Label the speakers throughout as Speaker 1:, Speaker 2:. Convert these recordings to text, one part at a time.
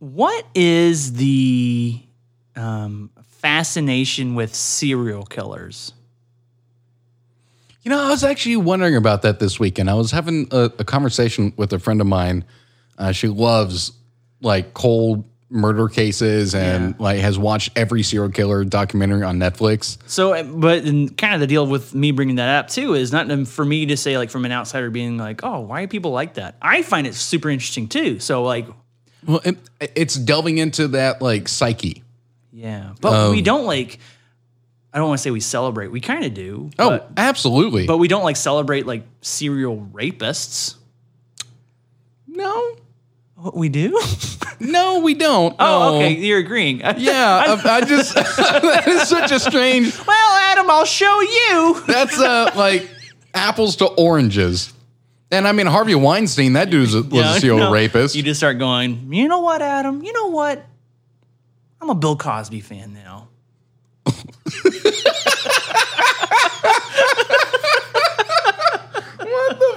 Speaker 1: What is the um, fascination with serial killers?
Speaker 2: You know, I was actually wondering about that this weekend. I was having a, a conversation with a friend of mine. Uh, she loves like cold murder cases and like has watched every serial killer documentary on Netflix.
Speaker 1: So, uh, but and kind of the deal with me bringing that up too is not um, for me to say like from an outsider being like, oh, why are people like that? I find it super interesting too. So like,
Speaker 2: Well, it, it's delving into that like psyche.
Speaker 1: yeah, but
Speaker 2: Um,
Speaker 1: we don't like. I don't want to say we celebrate. We kind of do.
Speaker 2: Oh,
Speaker 1: but,
Speaker 2: absolutely.
Speaker 1: but we don't like celebrate like serial rapists.
Speaker 2: no,
Speaker 1: What we do?
Speaker 2: no, we don't.
Speaker 1: Oh,
Speaker 2: No.
Speaker 1: okay. You're agreeing.
Speaker 2: Yeah, I, I just that is such a strange.
Speaker 1: well, Adam, I'll show you.
Speaker 2: That's uh, like apples to oranges. And I mean Harvey Weinstein, that dude was a, was a serial
Speaker 1: No.
Speaker 2: rapist.
Speaker 1: You just start going, you know what, Adam? You know what? I'm a Bill Cosby fan now.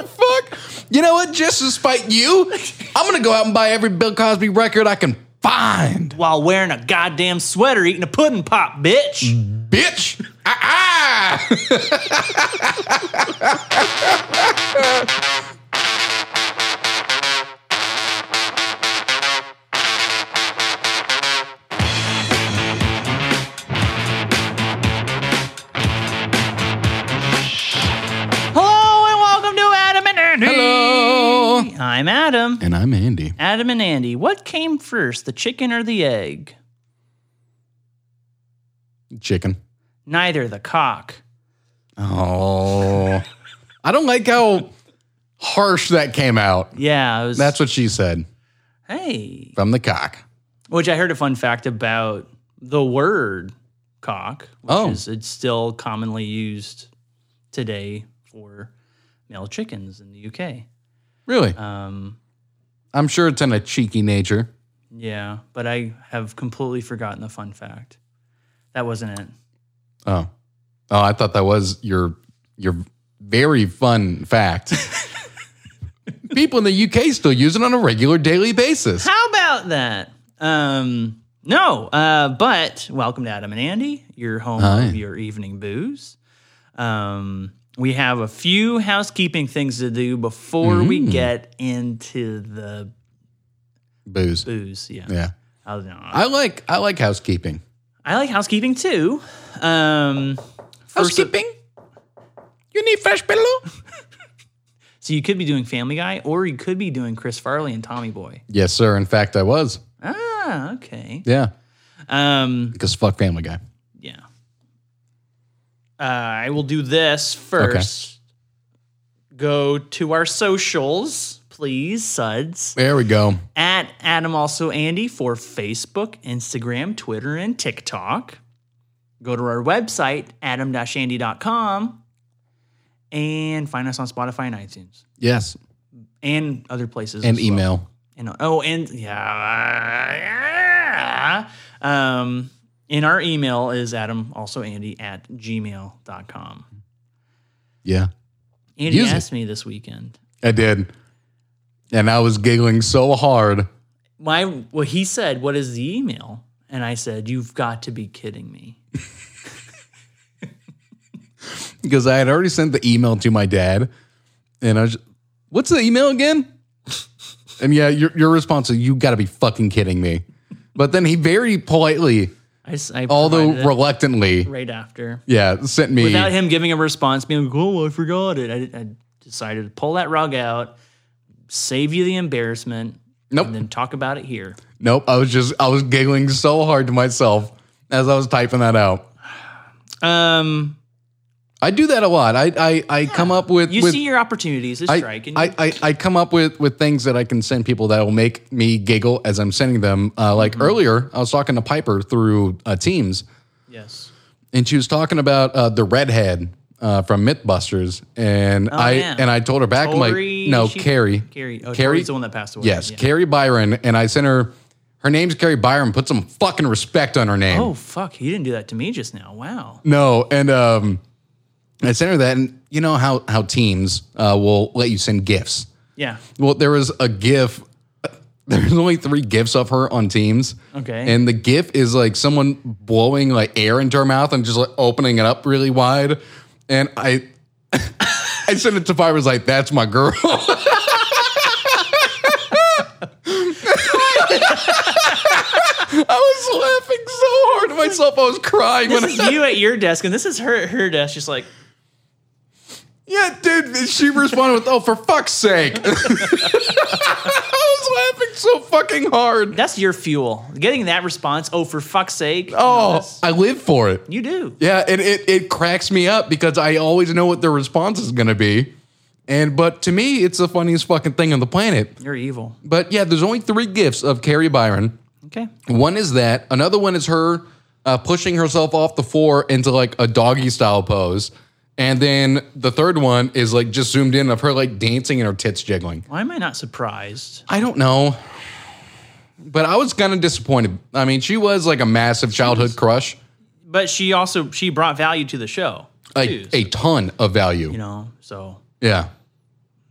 Speaker 2: Fuck. You know what? Just to spite you, I'm gonna go out and buy every Bill Cosby record I can find,
Speaker 1: While wearing a goddamn sweater, eating a pudding pop, bitch.
Speaker 2: bitch. Ah. ah.
Speaker 1: Hello and welcome to Adam and Andy.
Speaker 2: Hello.
Speaker 1: I'm Adam.
Speaker 2: And I'm Andy.
Speaker 1: Adam and Andy, what came first, the chicken or the egg?
Speaker 2: Chicken.
Speaker 1: Neither the cock.
Speaker 2: Oh, I don't like how harsh that came out.
Speaker 1: Yeah, it was.
Speaker 2: That's what she said
Speaker 1: hey.
Speaker 2: from the cock.
Speaker 1: Which I heard a fun fact about the word cock, which
Speaker 2: Oh.
Speaker 1: is it's still commonly used today for male chickens in the UK.
Speaker 2: Really?
Speaker 1: Um,
Speaker 2: I'm sure it's in a cheeky nature.
Speaker 1: yeah, but I have completely forgotten the fun fact. That wasn't it.
Speaker 2: Oh, oh, I thought that was your your very fun fact. People in the UK still use it on a regular daily basis.
Speaker 1: How about that? Um, no, uh, but welcome to Adam and Andy, your home
Speaker 2: Hi.
Speaker 1: of your evening booze. Um, we have a few housekeeping things to do before we
Speaker 2: Mm.
Speaker 1: get into the
Speaker 2: Booze.
Speaker 1: booze. Yeah.
Speaker 2: Yeah,
Speaker 1: I, don't know.
Speaker 2: I like I like housekeeping.
Speaker 1: I like housekeeping too. Um, first-
Speaker 2: You need fresh pillow.
Speaker 1: so you could be doing Family Guy, or you could be doing Chris Farley and Tommy Boy.
Speaker 2: Yes, sir. In fact, I was.
Speaker 1: Ah, okay.
Speaker 2: Yeah,
Speaker 1: Um,
Speaker 2: because fuck Family Guy.
Speaker 1: Yeah. Uh, I will do this first. Go to our socials, please, suds.
Speaker 2: There we go.
Speaker 1: At Adam also Andy for Facebook, Instagram, Twitter, and TikTok. Go to our website, adam-andy.com, and find us on Spotify and iTunes
Speaker 2: Yes,
Speaker 1: and other places.
Speaker 2: and
Speaker 1: as well.
Speaker 2: email.
Speaker 1: And oh, and yeah. Um, and our email is Adam, also Andy at gmail.com.
Speaker 2: Yeah,
Speaker 1: Andy
Speaker 2: Use it.
Speaker 1: asked me this weekend.
Speaker 2: I did, and I was giggling so hard.
Speaker 1: My well, he said, What is the email? And I said, You've got to be kidding me.
Speaker 2: because I had already sent the email to my dad, and I was, just, "What's the email again?" and yeah, your your response is, "You got to be fucking kidding me!" But then he very politely,
Speaker 1: I, s- I
Speaker 2: although
Speaker 1: provided it
Speaker 2: reluctantly,
Speaker 1: right after.
Speaker 2: yeah, sent me.
Speaker 1: Without him giving a response, being like, Oh, I forgot it. I, did- I decided to pull that rug out, save you the embarrassment,
Speaker 2: Nope.
Speaker 1: and then talk about it here.
Speaker 2: nope, I was just I was giggling so hard to myself as I was typing that out.
Speaker 1: Um,
Speaker 2: I do that a lot. I I, I come up with
Speaker 1: you
Speaker 2: with.
Speaker 1: see your opportunities to
Speaker 2: I,
Speaker 1: strike. and you
Speaker 2: I, I, I come up with, with things that I can send people that will make me giggle as I'm sending them. Uh, like
Speaker 1: Mm-hmm.
Speaker 2: earlier, I was talking to Piper through uh, Teams,
Speaker 1: Yes.
Speaker 2: and she was talking about uh, the redhead uh, from MythBusters, and I
Speaker 1: Oh, yeah.
Speaker 2: and I told her back,
Speaker 1: Tori-
Speaker 2: I'm like, no,
Speaker 1: she-
Speaker 2: Carrie,
Speaker 1: Carrie. Oh,
Speaker 2: Carrie-
Speaker 1: Tori's the one that passed away.
Speaker 2: yes,
Speaker 1: Yeah.
Speaker 2: Carrie Byron, and I sent her. Her name's Carrie Byron. Put some fucking respect on her name.
Speaker 1: Oh fuck, you didn't do that to me just now. Wow.
Speaker 2: No, and um, I sent her that, and you know how how teams uh, will let you send gifts.
Speaker 1: Yeah.
Speaker 2: Well, there was a GIF there's only three gifs of her on Teams.
Speaker 1: Okay.
Speaker 2: And the gif is like someone blowing like air into her mouth and just like opening it up really wide. And I I sent it to Fiverr I was like, that's my girl. I was laughing so hard to myself. I was crying when I
Speaker 1: This is you at your desk, and this is her at her desk. Just like
Speaker 2: Yeah, dude, she responded with, "Oh, for fuck's sake!" I was laughing so fucking hard.
Speaker 1: that's your fuel. Getting that response. Oh, for fuck's sake! you know,
Speaker 2: Oh,
Speaker 1: that's-
Speaker 2: I live for it.
Speaker 1: you do.
Speaker 2: Yeah, and it it cracks me up because I always know what their response is gonna be, and but to me, it's the funniest fucking thing on the planet.
Speaker 1: You're evil.
Speaker 2: But yeah, there's only three gifts of Carrie Byron.
Speaker 1: Okay.
Speaker 2: One is that. Another one is her uh, pushing herself off the floor into like a doggy style pose. And then the third one is like just zoomed in of her like dancing and her tits jiggling.
Speaker 1: Why am I not surprised?
Speaker 2: I don't know. But I was kind of disappointed. I mean, she was like a massive childhood crush,
Speaker 1: But she also she brought value to the show.
Speaker 2: a,
Speaker 1: too, so,
Speaker 2: a ton of value.
Speaker 1: you know, so
Speaker 2: yeah.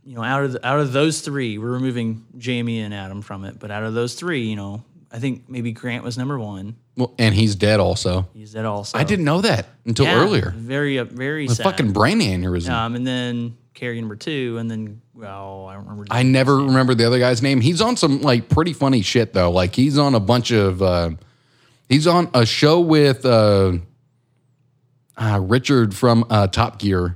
Speaker 1: you know, out of the, out of those three, we're removing Jamie and Adam from it. But out of those three, you know, I think maybe Grant was number one.
Speaker 2: Well, and he's dead also.
Speaker 1: He's that also.
Speaker 2: I didn't know that until earlier.
Speaker 1: Very uh, very sad.
Speaker 2: Fucking brain aneurysm.
Speaker 1: um, and then Carrie number two, and then well, I don't remember.
Speaker 2: I never remember the other guy's name. He's on some like pretty funny shit though. Like he's on a bunch of uh, he's on a show with uh, uh, Richard from uh, Top Gear.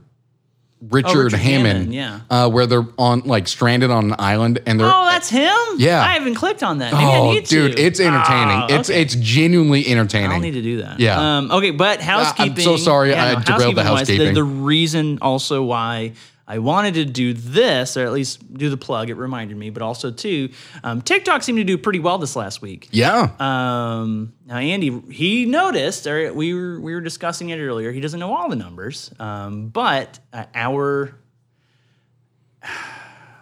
Speaker 2: Richard, Hammond,
Speaker 1: Oh, Hammond, yeah.
Speaker 2: uh, where they're on like stranded on an island, and they're
Speaker 1: oh, that's him.
Speaker 2: Yeah.
Speaker 1: I haven't clicked on that. Maybe I
Speaker 2: Oh,
Speaker 1: need
Speaker 2: dude,
Speaker 1: to.
Speaker 2: it's entertaining.
Speaker 1: Ah,
Speaker 2: It's it's genuinely entertaining.
Speaker 1: I'll need to do that.
Speaker 2: Yeah. Ah,
Speaker 1: Um, okay, but housekeeping.
Speaker 2: I'm so sorry I derailed the
Speaker 1: housekeeping-wise,
Speaker 2: housekeeping.
Speaker 1: the, the reason also why I wanted to do this, or at least do the plug, it reminded me, but also too, um, TikTok seemed to do pretty well this last week.
Speaker 2: yeah,
Speaker 1: Um, now Andy, he noticed, or we were we were discussing it earlier. He doesn't know all the numbers, um, but uh, our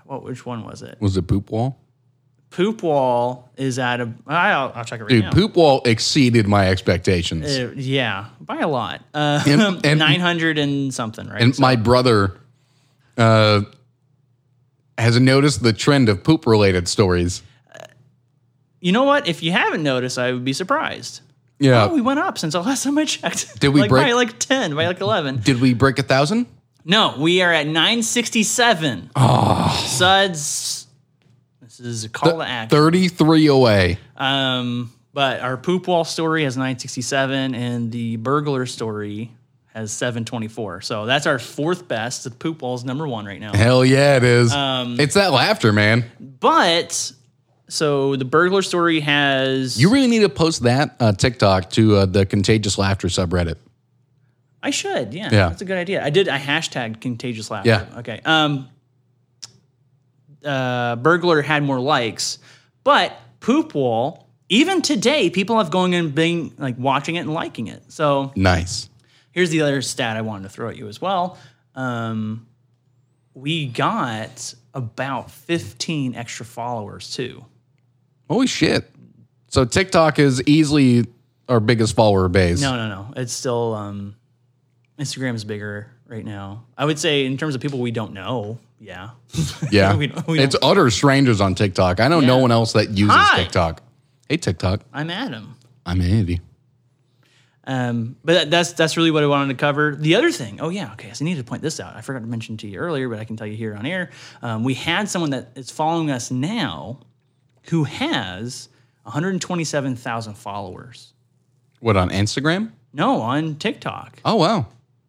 Speaker 1: what? Which one was it?
Speaker 2: was it poop wall?
Speaker 1: Poop wall is at a. I'll, I'll check it right
Speaker 2: Dude,
Speaker 1: now.
Speaker 2: poop wall exceeded my expectations.
Speaker 1: Uh, yeah, by a lot. Uh,
Speaker 2: And- and-
Speaker 1: 900 and something, right?
Speaker 2: And my brother uh, has noticed the trend of poop related stories.
Speaker 1: you know what? If you haven't noticed, I would be surprised.
Speaker 2: Yeah.
Speaker 1: Oh, we went up since the last time I checked.
Speaker 2: Did we
Speaker 1: like,
Speaker 2: break-
Speaker 1: By like 10, by like 11.
Speaker 2: Did we break a thousand?
Speaker 1: No, we are at 967. Oh.
Speaker 2: Ah.
Speaker 1: Suds. This is a call to action.
Speaker 2: 33 away.
Speaker 1: Um, but our poop wall story has 967, and the burglar story has 724. So that's our fourth best. The poop wall's number one right now.
Speaker 2: Hell yeah, it is.
Speaker 1: Um,
Speaker 2: it's that laughter, man.
Speaker 1: But so the burglar story has.
Speaker 2: You really need to post that uh, TikTok to uh, the Contagious Laughter subreddit.
Speaker 1: I should. Yeah,
Speaker 2: Yeah.
Speaker 1: That's a good idea. I did. I hashtag contagious laughter.
Speaker 2: Yeah.
Speaker 1: Okay. Um. Uh, burglar had more likes, but poop wall. Even today, people have going and being like watching it and liking it. So
Speaker 2: Nice.
Speaker 1: here's the other stat I wanted to throw at you as well. Um, we got about 15 extra followers too.
Speaker 2: Holy shit. So TikTok is easily our biggest follower base.
Speaker 1: No, no, no. It's still um, Instagram's bigger right now. I would say in terms of people we don't know. Yeah.
Speaker 2: Yeah.
Speaker 1: We don't- we
Speaker 2: it's utter strangers on TikTok. I know no
Speaker 1: Yeah.
Speaker 2: one else that uses
Speaker 1: Hi.
Speaker 2: TikTok. Hey, TikTok.
Speaker 1: I'm Adam.
Speaker 2: I'm Andy.
Speaker 1: Um, but that, that's that's really what I wanted to cover. The other thing, oh yeah, okay, so I needed to point this out. I forgot to mention to you earlier, but I can tell you here on air. Um, we had someone that is following us now, who has 127,000 followers.
Speaker 2: What, on Instagram?
Speaker 1: No, on TikTok.
Speaker 2: Oh, wow.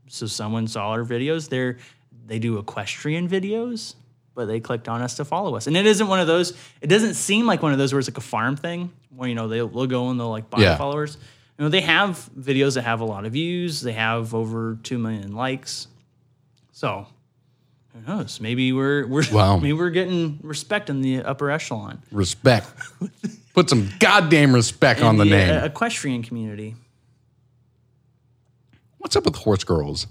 Speaker 1: So someone saw our videos. They're they do equestrian videos, but they clicked on us to follow us. And it isn't one of those. It doesn't seem like one of those where it's like a farm thing where you know they'll, they'll go and they'll like buy
Speaker 2: Yeah.
Speaker 1: followers. You know they have videos that have a lot of views. They have over two million likes. So who knows? Maybe we're we're
Speaker 2: Wow.
Speaker 1: maybe we're getting respect in the upper echelon
Speaker 2: Respect. Put some goddamn respect on the
Speaker 1: In
Speaker 2: name.
Speaker 1: uh, equestrian community.
Speaker 2: What's up with horse girls?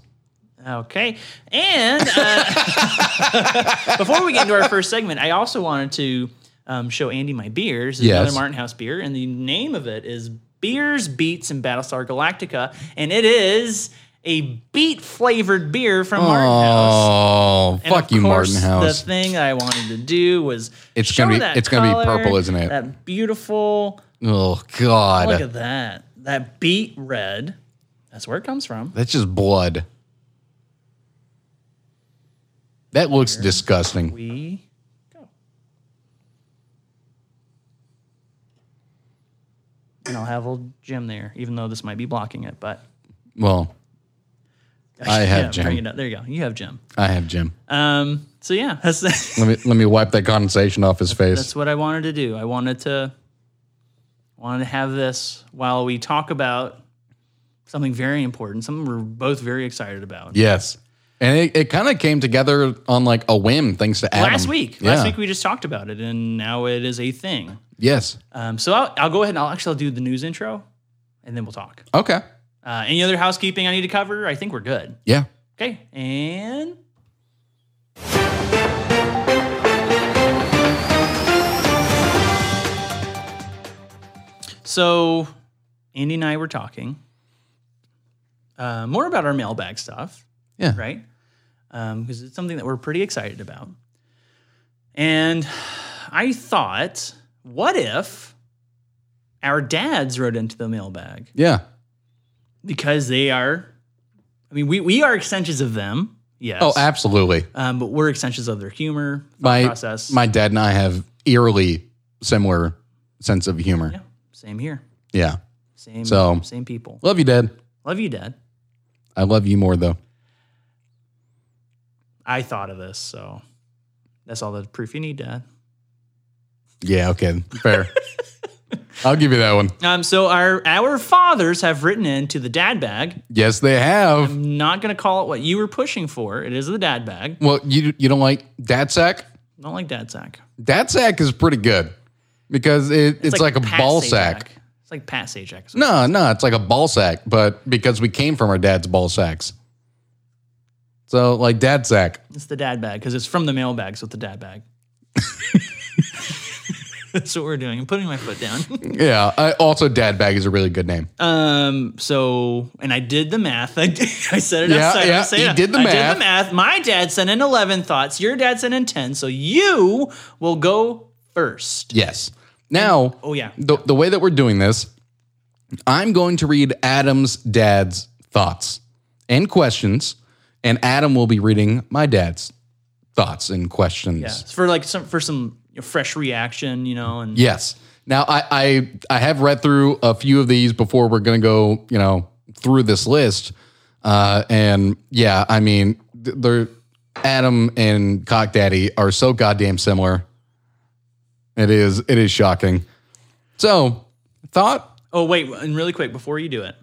Speaker 1: Okay. And uh, before we get into our first segment, I also wanted to um, show Andy my beers. It's
Speaker 2: Yes.
Speaker 1: Another Martin House beer, and the name of it is Beers, Beats, and Battlestar Galactica, and it is a beet flavored beer from Martin House.
Speaker 2: Oh,
Speaker 1: And
Speaker 2: fuck
Speaker 1: of
Speaker 2: you,
Speaker 1: course,
Speaker 2: Martin House.
Speaker 1: The thing I wanted to do was
Speaker 2: It's
Speaker 1: show
Speaker 2: gonna be-
Speaker 1: that
Speaker 2: it's gonna be
Speaker 1: color,
Speaker 2: purple, isn't it?
Speaker 1: That beautiful.
Speaker 2: oh
Speaker 1: Look
Speaker 2: god,
Speaker 1: at that. That beet red. That's where it comes from.
Speaker 2: that's just blood. That looks disgusting.
Speaker 1: We go. And I'll have old Jim there, even though this might be blocking it, but
Speaker 2: Well, I have
Speaker 1: yeah,
Speaker 2: Jim.
Speaker 1: bring it up. There you go. You have Jim.
Speaker 2: I have Jim.
Speaker 1: Um, so yeah, that's
Speaker 2: Let me let me wipe that condensation off his face.
Speaker 1: that's what I wanted to do. I wanted to wanted to have this while we talk about something very important, something we're both very excited about.
Speaker 2: Yes, and it, it kind of came together on like a whim, thanks to Adam.
Speaker 1: Last week,
Speaker 2: Yeah.
Speaker 1: last week we just talked about it, and now it is a thing.
Speaker 2: Yes.
Speaker 1: Um, so I'll, I'll go ahead and I'll actually I'll do the news intro, and then we'll talk.
Speaker 2: Okay.
Speaker 1: Uh, any other housekeeping I need to cover? I think we're good.
Speaker 2: Yeah.
Speaker 1: Okay, and so Andy and I were talking uh, more about our mailbag stuff,
Speaker 2: Yeah.
Speaker 1: right? Because it's something that we're pretty excited about. And I thought, what if our dads wrote into the mailbag?
Speaker 2: Yeah.
Speaker 1: because they are i mean we, we are extensions of them yes
Speaker 2: Oh, absolutely.
Speaker 1: um, but we're extensions of their humor thought
Speaker 2: My
Speaker 1: process
Speaker 2: my dad and I have eerily similar sense of humor.
Speaker 1: yeah same here
Speaker 2: Yeah.
Speaker 1: same
Speaker 2: So-
Speaker 1: same people
Speaker 2: Love you, Dad.
Speaker 1: love you dad
Speaker 2: I love you more though.
Speaker 1: i thought of this so that's all the proof you need dad
Speaker 2: Yeah. Okay. Fair. I'll give you that one.
Speaker 1: um, so our our fathers have written into the dad bag
Speaker 2: Yes, they have.
Speaker 1: i'm not going to call it what you were pushing for it is the dad bag
Speaker 2: Well, you you don't like dad sack?
Speaker 1: don't like dad sack
Speaker 2: Dad sack is pretty good because it, it's, like, a
Speaker 1: Pat
Speaker 2: ball
Speaker 1: Sajak.
Speaker 2: sack.
Speaker 1: it's like pat sajak is what
Speaker 2: No, no, it's like a ball sack, but because we came from our dad's ball sacks. So like dad sack.
Speaker 1: It's the dad bag because it's from the mailbag, so it's the dad bag. That's what we're doing. I'm putting my foot down.
Speaker 2: Yeah. I, also, dad bag is a really good name.
Speaker 1: Um, so, and I did the math. I, did, I said it
Speaker 2: Yeah,
Speaker 1: outside.
Speaker 2: yeah,
Speaker 1: I said
Speaker 2: he
Speaker 1: it-
Speaker 2: did the
Speaker 1: I did
Speaker 2: math.
Speaker 1: the math. My dad sent in 11 thoughts. Your dad sent in 10. So you will go first.
Speaker 2: Yes. Now,
Speaker 1: Oh, yeah.
Speaker 2: the, the way that we're doing this, I'm going to read Adam's dad's thoughts and questions, and Adam will be reading my dad's thoughts and questions.
Speaker 1: Yeah. It's for like some, for some fresh reaction, you know, and
Speaker 2: Yes. Now, I, I I have read through a few of these before. We're going to go, you know, through this list, uh, and yeah, I mean, th- they're Adam and Cock Daddy are so goddamn similar. It is it is shocking. So thought
Speaker 1: Oh wait, and really quick before you do it,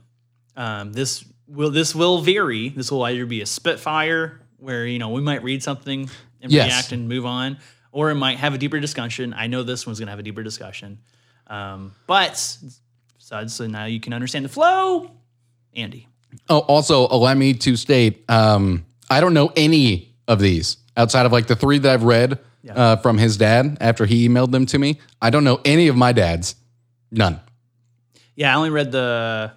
Speaker 1: um, this will this will vary. This will either be a spitfire where you know we might read something and
Speaker 2: Yes.
Speaker 1: react and move on, or it might have a deeper discussion. I know this one's gonna have a deeper discussion, um, but so, so now you can understand the flow, Andy.
Speaker 2: Oh, also allow me to state um, I don't know any of these outside of like the three that I've read uh, from his dad after he emailed them to me. I don't know any of my dad's. None.
Speaker 1: Yeah, I only read the.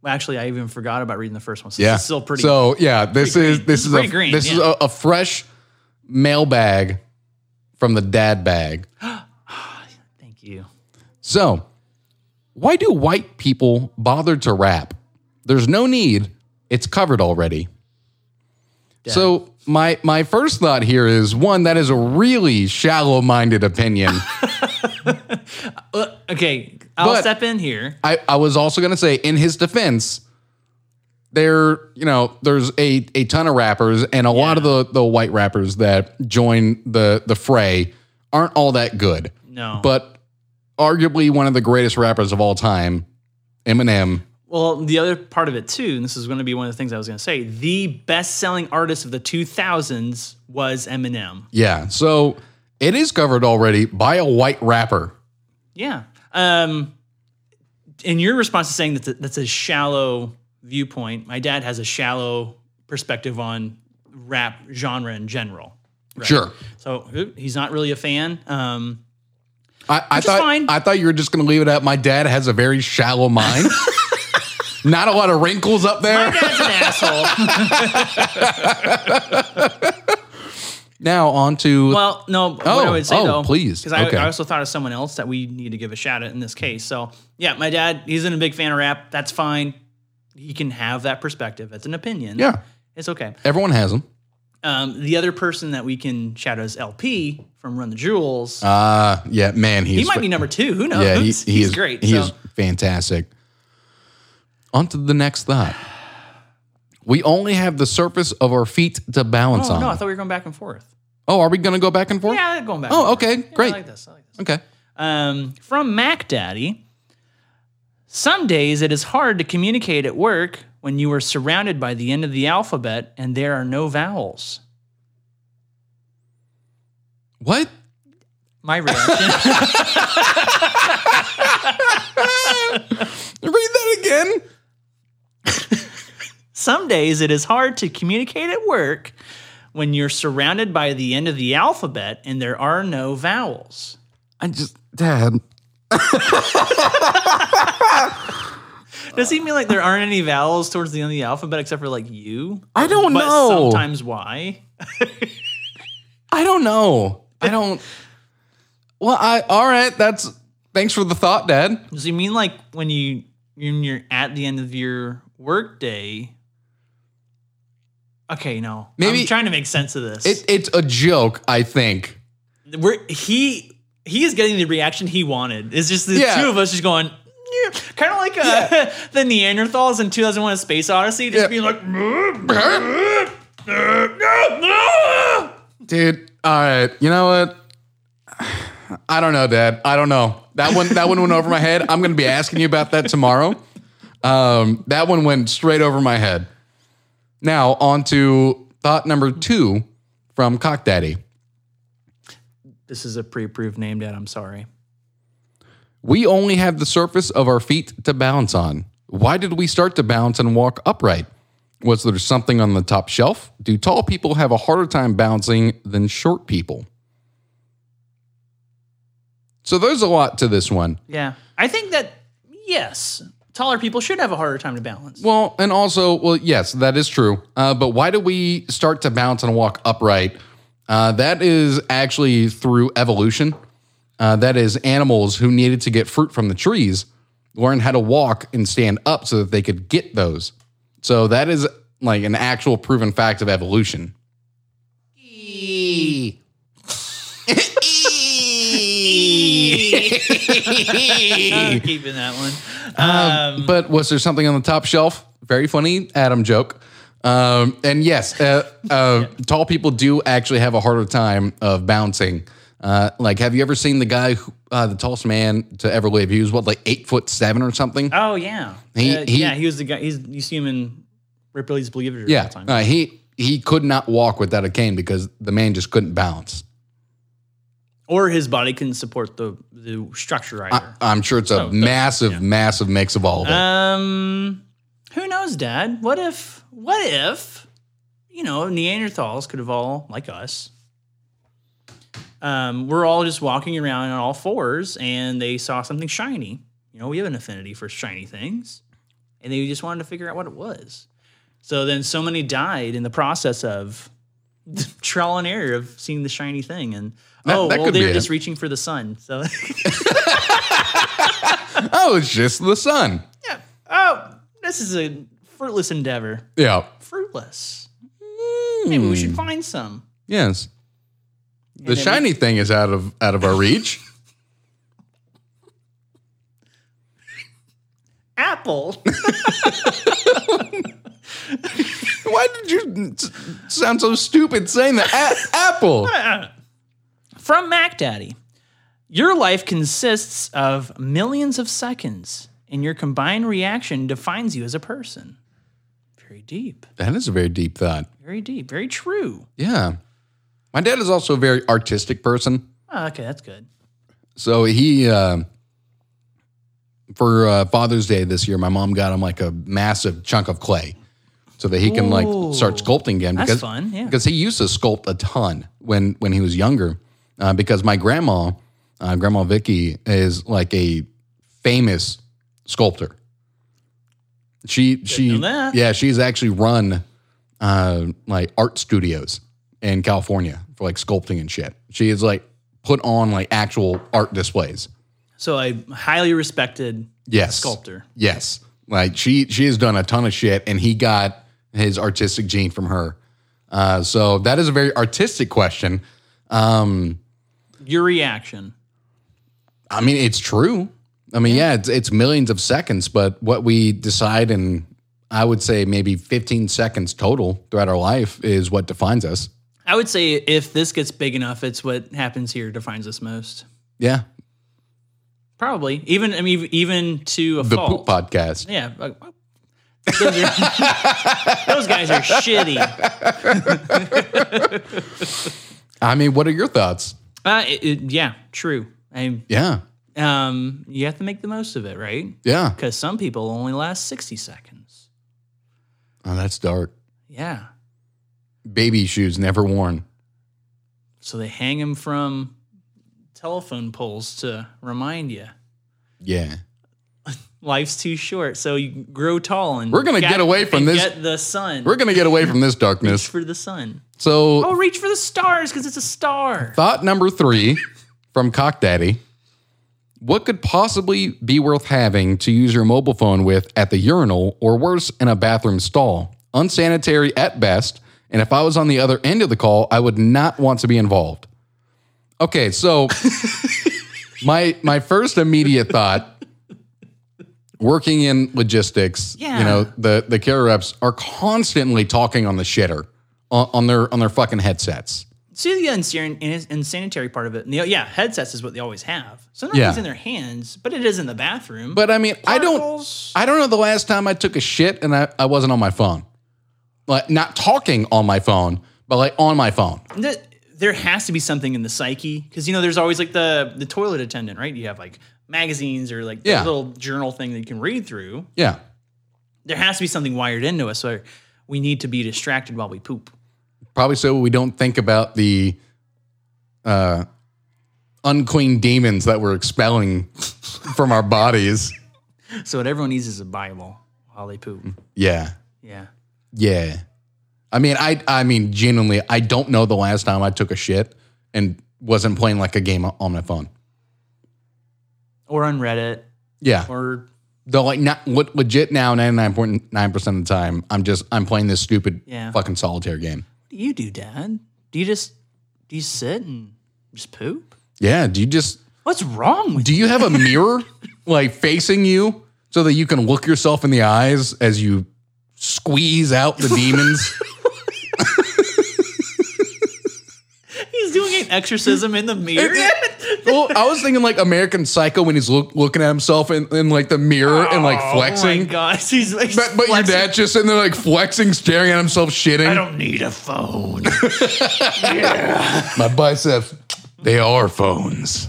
Speaker 1: Well, actually, I even forgot about reading the first one. So
Speaker 2: Yeah,
Speaker 1: it's still pretty.
Speaker 2: So yeah, this
Speaker 1: pretty
Speaker 2: is
Speaker 1: green.
Speaker 2: this
Speaker 1: It's
Speaker 2: is a
Speaker 1: pretty green,
Speaker 2: this is
Speaker 1: yeah.
Speaker 2: a, a fresh mailbag from the dad bag.
Speaker 1: thank you.
Speaker 2: So, why do white people bother to rap? There's no need. It's covered already. So, my my first thought here is one that is a really shallow-minded opinion.
Speaker 1: Uh, okay, I'll
Speaker 2: But-
Speaker 1: step in here.
Speaker 2: I, I was also going to say in his defense there you know there's a, a ton of rappers and a lot of the, the white rappers that join the the fray aren't all that good
Speaker 1: No,
Speaker 2: but arguably one of the greatest rappers of all time Eminem
Speaker 1: Well, the other part of it too, and this is going to be one of the things I was going to say. The best-selling artist of the 2000s was Eminem.
Speaker 2: yeah so it is covered already by a white rapper
Speaker 1: Yeah. Um, in your response to saying that th- that's a shallow viewpoint, my dad has a shallow perspective on rap genre in general.
Speaker 2: sure
Speaker 1: So uh, he's not really a fan. Um,
Speaker 2: I, I
Speaker 1: is
Speaker 2: thought
Speaker 1: fine.
Speaker 2: I thought you were just going to leave it at my dad has a very shallow mind Not a lot of wrinkles up there.
Speaker 1: Dad's an asshole.
Speaker 2: Now on to
Speaker 1: Well, no. what I
Speaker 2: Oh,
Speaker 1: would say
Speaker 2: oh,
Speaker 1: though,
Speaker 2: please.
Speaker 1: because I,
Speaker 2: Okay.
Speaker 1: I also thought of someone else that we need to give a shout out in this case. So yeah, my dad, he isn't a big fan of rap. That's fine. He can have that perspective. It's an opinion.
Speaker 2: yeah.
Speaker 1: it's okay.
Speaker 2: Everyone has them.
Speaker 1: Um, the other person that we can shout out is LP from Run the Jewels.
Speaker 2: Uh yeah, man, he's
Speaker 1: he might be number two. Who knows?
Speaker 2: yeah, he,
Speaker 1: he's,
Speaker 2: he is
Speaker 1: great.
Speaker 2: He
Speaker 1: so.
Speaker 2: is fantastic. On to the next thought. We only have the surface of our feet to balance
Speaker 1: oh
Speaker 2: on.
Speaker 1: no, I thought we were going back and forth.
Speaker 2: oh, are we going to go back and forth?
Speaker 1: Yeah, going back.
Speaker 2: Oh,
Speaker 1: and forth.
Speaker 2: okay,
Speaker 1: Yeah,
Speaker 2: great.
Speaker 1: I like this. I like this.
Speaker 2: Okay.
Speaker 1: Um, from Mac Daddy. Some days it is hard to communicate at work when you are surrounded by the end of the alphabet and there are no vowels.
Speaker 2: What?
Speaker 1: My reaction.
Speaker 2: Read that again.
Speaker 1: Some days it is hard to communicate at work when you're surrounded by the end of the alphabet and there are no vowels.
Speaker 2: I just dad.
Speaker 1: Does he mean like there aren't any vowels towards the end of the alphabet except for like you?
Speaker 2: I don't
Speaker 1: But
Speaker 2: know.
Speaker 1: sometimes why?
Speaker 2: I don't know. I don't. Well, I all right. That's thanks for the thought, Dad.
Speaker 1: Does he mean like when you when you're at the end of your workday? Okay, no.
Speaker 2: Maybe-
Speaker 1: I'm trying to make sense of this.
Speaker 2: It, it's a joke, I think.
Speaker 1: We're, he he is getting the reaction he wanted. It's just the
Speaker 2: Yeah.
Speaker 1: two of us just going. Kind of like uh, the Neanderthals in 2001: A Space Odyssey, just
Speaker 2: Yeah.
Speaker 1: being like,
Speaker 2: Dude, all right. You know what? I don't know, Dad. I don't know. That one that one went over my head. I'm gonna be asking you about that tomorrow. Um, that one went straight over my head. Now on to thought number two from Cock Daddy.
Speaker 1: "This is a pre-approved name, Dad. I'm sorry."
Speaker 2: We only have the surface of our feet to balance on. Why did we start to balance and walk upright? Was there something on the top shelf? Do tall people have a harder time balancing than short people? So there's a lot to this one.
Speaker 1: Yeah, I think that yes, taller people should have a harder time to balance.
Speaker 2: Well, and also, well, yes, that is true. Uh, but why do we start to bounce and walk upright? Uh, that is actually through evolution. Uh, that is, animals who needed to get fruit from the trees learned how to walk and stand up so that they could get those. So that is like an actual proven fact of evolution.
Speaker 1: I'm keeping that one.
Speaker 2: But was there something on the top shelf? Very funny Adam joke. Um, and yes, uh, uh, tall people do actually have a harder time of bouncing. Uh, like, have you ever seen the guy, who, uh, the tallest man to ever live? He was what, like eight foot seven or something?
Speaker 1: Oh yeah,
Speaker 2: He-
Speaker 1: Uh,
Speaker 2: he-
Speaker 1: yeah. He was the guy. He's you see him in Ripley's Believe It or
Speaker 2: yeah,
Speaker 1: Not Time.
Speaker 2: uh, he he could not walk without a cane because the man just couldn't balance.
Speaker 1: or his body couldn't support the the structure either.
Speaker 2: I'm sure it's a
Speaker 1: Oh,
Speaker 2: massive, massive mix of all of it.
Speaker 1: Uh-huh. um, who knows, Dad? What if? What if? You know, Neanderthals could have all like us. Um, we're all just walking around on all fours, and they saw something shiny. You know, we have an affinity for shiny things, and they just wanted to figure out what it was. So then, so many died in the process of trial and error of seeing the shiny thing, and
Speaker 2: That-
Speaker 1: oh,
Speaker 2: that
Speaker 1: well,
Speaker 2: could
Speaker 1: they
Speaker 2: be
Speaker 1: were
Speaker 2: it.
Speaker 1: just reaching for the sun. So
Speaker 2: oh, it's just the sun.
Speaker 1: Yeah. Oh, this is a fruitless endeavor.
Speaker 2: Yeah.
Speaker 1: Fruitless. Maybe we
Speaker 2: Hmm.
Speaker 1: should find some.
Speaker 2: Yes. The
Speaker 1: then we-
Speaker 2: shiny thing is out of out of our reach.
Speaker 1: Apple.
Speaker 2: Why did you s- sound so stupid saying that? A- apple.
Speaker 1: From Mac Daddy. Your life consists of millions of seconds, and your combined reaction defines you as a person. Very deep.
Speaker 2: That is a very deep thought.
Speaker 1: Very deep. Very true.
Speaker 2: Yeah. My dad is also a very artistic person.
Speaker 1: Oh, okay, that's good.
Speaker 2: So he, uh, for uh, Father's Day this year, my mom got him like a massive chunk of clay so that he can like start sculpting again.
Speaker 1: That's
Speaker 2: because
Speaker 1: fun. Yeah.
Speaker 2: because he used to sculpt a ton when when he was younger. Uh, because my grandma, uh, Grandma Vicky, is like a famous sculptor. She she
Speaker 1: know that.
Speaker 2: yeah, she's actually run uh, like art studios in California for like sculpting and shit. She is like put on like actual art displays.
Speaker 1: So a highly respected
Speaker 2: Yes.
Speaker 1: sculptor.
Speaker 2: Yes. Like she she has done a ton of shit and he got his artistic gene from her. Uh, so that is a very artistic question.
Speaker 1: Your reaction.
Speaker 2: I mean, it's true. I mean, yeah, it's, it's millions of seconds, but what we decide in, I would say, maybe 15 seconds total throughout our life is what defines us.
Speaker 1: I would say if this gets big enough, it's what happens here defines us most.
Speaker 2: Yeah.
Speaker 1: Probably. Even I mean even to a
Speaker 2: The
Speaker 1: fault.
Speaker 2: Poop Podcast.
Speaker 1: Yeah. like, what? Those, are, those guys are shitty.
Speaker 2: I mean, what are your thoughts?
Speaker 1: Uh, it- it- yeah, true. I,
Speaker 2: Yeah.
Speaker 1: um, you have to make the most of it, right?
Speaker 2: Yeah.
Speaker 1: Because some people only last 60 seconds.
Speaker 2: Oh, that's dark.
Speaker 1: Yeah.
Speaker 2: Baby shoes never worn.
Speaker 1: So they hang them from telephone poles to remind you
Speaker 2: Yeah.
Speaker 1: life's too short. So you grow tall and
Speaker 2: We're gonna get away from
Speaker 1: and
Speaker 2: this.
Speaker 1: Get the sun.
Speaker 2: We're going to get away from this
Speaker 1: reach
Speaker 2: darkness.
Speaker 1: for the sun.
Speaker 2: So,
Speaker 1: Oh, reach for the stars because it's a star.
Speaker 2: Thought number three from Cock Daddy. What could possibly be worth having to use your mobile phone with at the urinal or worse in a bathroom stall? Unsanitary at best. And if I was on the other end of the call, I would not want to be involved. Okay, so my my first immediate thought working in logistics,
Speaker 1: Yeah.
Speaker 2: you know, the the care reps are constantly talking on the shitter on, on their on their fucking headsets.
Speaker 1: See the unsan- ins- insanitary part of it. And the, yeah, headsets is what they always have. Sometimes
Speaker 2: Yeah.
Speaker 1: it's in their hands, but it is in the bathroom.
Speaker 2: But I mean, I don't.
Speaker 1: Particles.
Speaker 2: I don't know the last time I took a shit and I, I wasn't on my phone, like not talking on my phone, but like on my phone.
Speaker 1: Th- there has to be something in the psyche because you know there's always like the the toilet attendant, right? You have like magazines or like the
Speaker 2: Yeah.
Speaker 1: little journal thing that you can read through.
Speaker 2: Yeah,
Speaker 1: There has to be something wired into us, so we need to be distracted while we poop.
Speaker 2: probably so we don't think about the uh, unclean demons that we're expelling from our bodies.
Speaker 1: So what everyone needs is a Bible while they poop.
Speaker 2: Hmm. Yeah,
Speaker 1: Yeah.
Speaker 2: yeah. I mean, I I mean, genuinely, I don't know the last time I took a shit and wasn't playing like a game on my phone.
Speaker 1: Or on Reddit
Speaker 2: Yeah,
Speaker 1: or
Speaker 2: Though, like, not what legit now, ninety nine point nine percent of the time, I'm just I'm playing this stupid
Speaker 1: Yeah.
Speaker 2: fucking solitaire game.
Speaker 1: do you do, Dad? Do you just do you sit and just poop?
Speaker 2: Yeah. Do you just
Speaker 1: What's wrong with
Speaker 2: do you have a mirror like facing you so that you can look yourself in the eyes as you squeeze out the demons?
Speaker 1: you? He's doing an exorcism in the mirror.
Speaker 2: well, I was thinking like American Psycho when he's look, looking at himself in, in like the mirror and like
Speaker 1: Oh my
Speaker 2: flexing.
Speaker 1: gosh, he's like
Speaker 2: But, but your
Speaker 1: flexing.
Speaker 2: dad's just in there like flexing, staring at himself, shitting.
Speaker 1: I don't need a phone.
Speaker 2: My biceps, they are phones.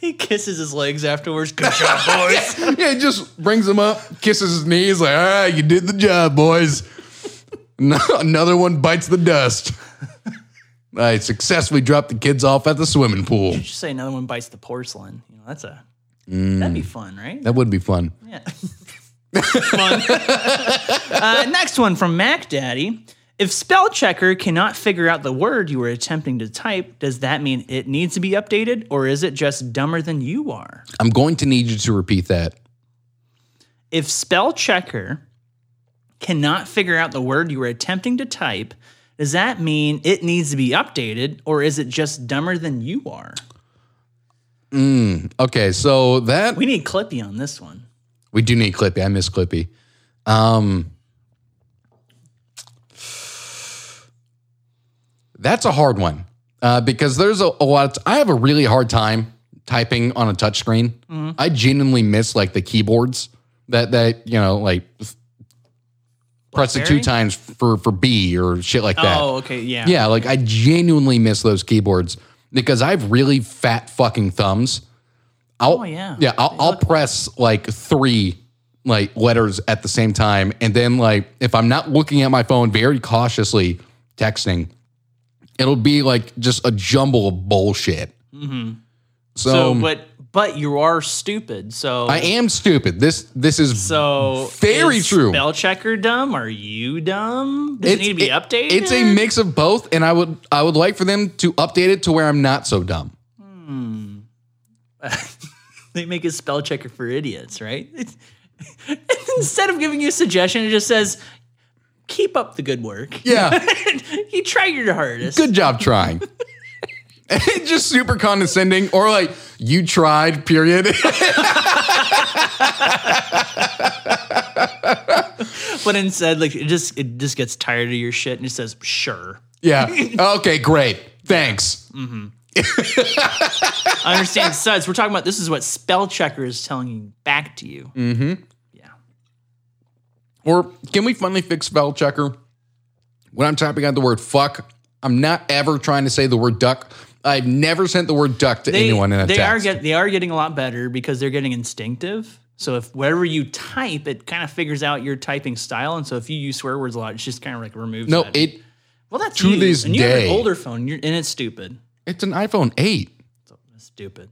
Speaker 1: he kisses his legs afterwards. Good job, boys.
Speaker 2: Yeah, he just brings him up, kisses his knees, like, all right, you did the job, boys. No- Another one bites the dust. I successfully dropped the kids off at the swimming pool.
Speaker 1: Just say another one bites the porcelain. You know, that's a that'd
Speaker 2: Mm.
Speaker 1: be fun, right?
Speaker 2: That would be fun.
Speaker 1: Yeah. fun. uh, next one from Mac Daddy. If spell checker cannot figure out the word you were attempting to type, does that mean it needs to be updated, or is it just dumber than you are?
Speaker 2: I'm going to need you to repeat that.
Speaker 1: If spell checker cannot figure out the word you were attempting to type, does that mean it needs to be updated, or is it just dumber than you are?
Speaker 2: Okay, so that
Speaker 1: We need Clippy on this one.
Speaker 2: we do need Clippy. I miss Clippy. Um, that's a hard one uh, because there's a, a lot. Of t- I have a really hard time typing on a touchscreen.
Speaker 1: Mm-hmm.
Speaker 2: I genuinely miss like the keyboards that that you know like f- press it two
Speaker 1: Blackberry?
Speaker 2: times for for B or shit like that.
Speaker 1: Oh, okay, yeah.
Speaker 2: Yeah, like I genuinely miss those keyboards because I have really fat fucking thumbs. I'll,
Speaker 1: Oh, yeah.
Speaker 2: Yeah, I'll, I'll press like three like letters at the same time. And then like if I'm not looking at my phone very cautiously texting, it'll be like just a jumble of bullshit.
Speaker 1: Mm-hmm. So,
Speaker 2: So, um,
Speaker 1: but but you are stupid. So
Speaker 2: I am stupid. This this is
Speaker 1: So
Speaker 2: Very
Speaker 1: is
Speaker 2: true.
Speaker 1: Spell checker dumb? Are you dumb? Does it need to be updated?
Speaker 2: It's a mix of both, and I would I would like for them to update it to where I'm not so dumb.
Speaker 1: they make a spell checker for idiots, right? Instead of giving you a suggestion, it just says, "Keep up the good work.
Speaker 2: Yeah,
Speaker 1: you try your hardest."
Speaker 2: good job trying. Just super condescending, or like you tried. Period.
Speaker 1: But instead, like it just it just gets tired of your shit and it says, "Sure."
Speaker 2: yeah. Okay. Great. Thanks.
Speaker 1: I understand suds. We're talking about this is what spell checker is telling you back to you.
Speaker 2: Mm,
Speaker 1: Mm-hmm. Yeah.
Speaker 2: Or can we finally fix spell checker? When I'm typing out the word fuck, I'm not ever trying to say the word duck. I've never sent the word duck to anyone in a
Speaker 1: they
Speaker 2: text.
Speaker 1: are get they are getting a lot better because they're getting instinctive. So if whatever you type, it kind of figures out your typing style. And so if you use swear words a lot, it's just kind of like removes.
Speaker 2: no,
Speaker 1: that.
Speaker 2: it
Speaker 1: well that's
Speaker 2: to
Speaker 1: you.
Speaker 2: this
Speaker 1: and you have
Speaker 2: day-
Speaker 1: an older phone, you're, and it's stupid.
Speaker 2: it's an iPhone eight.
Speaker 1: It's stupid.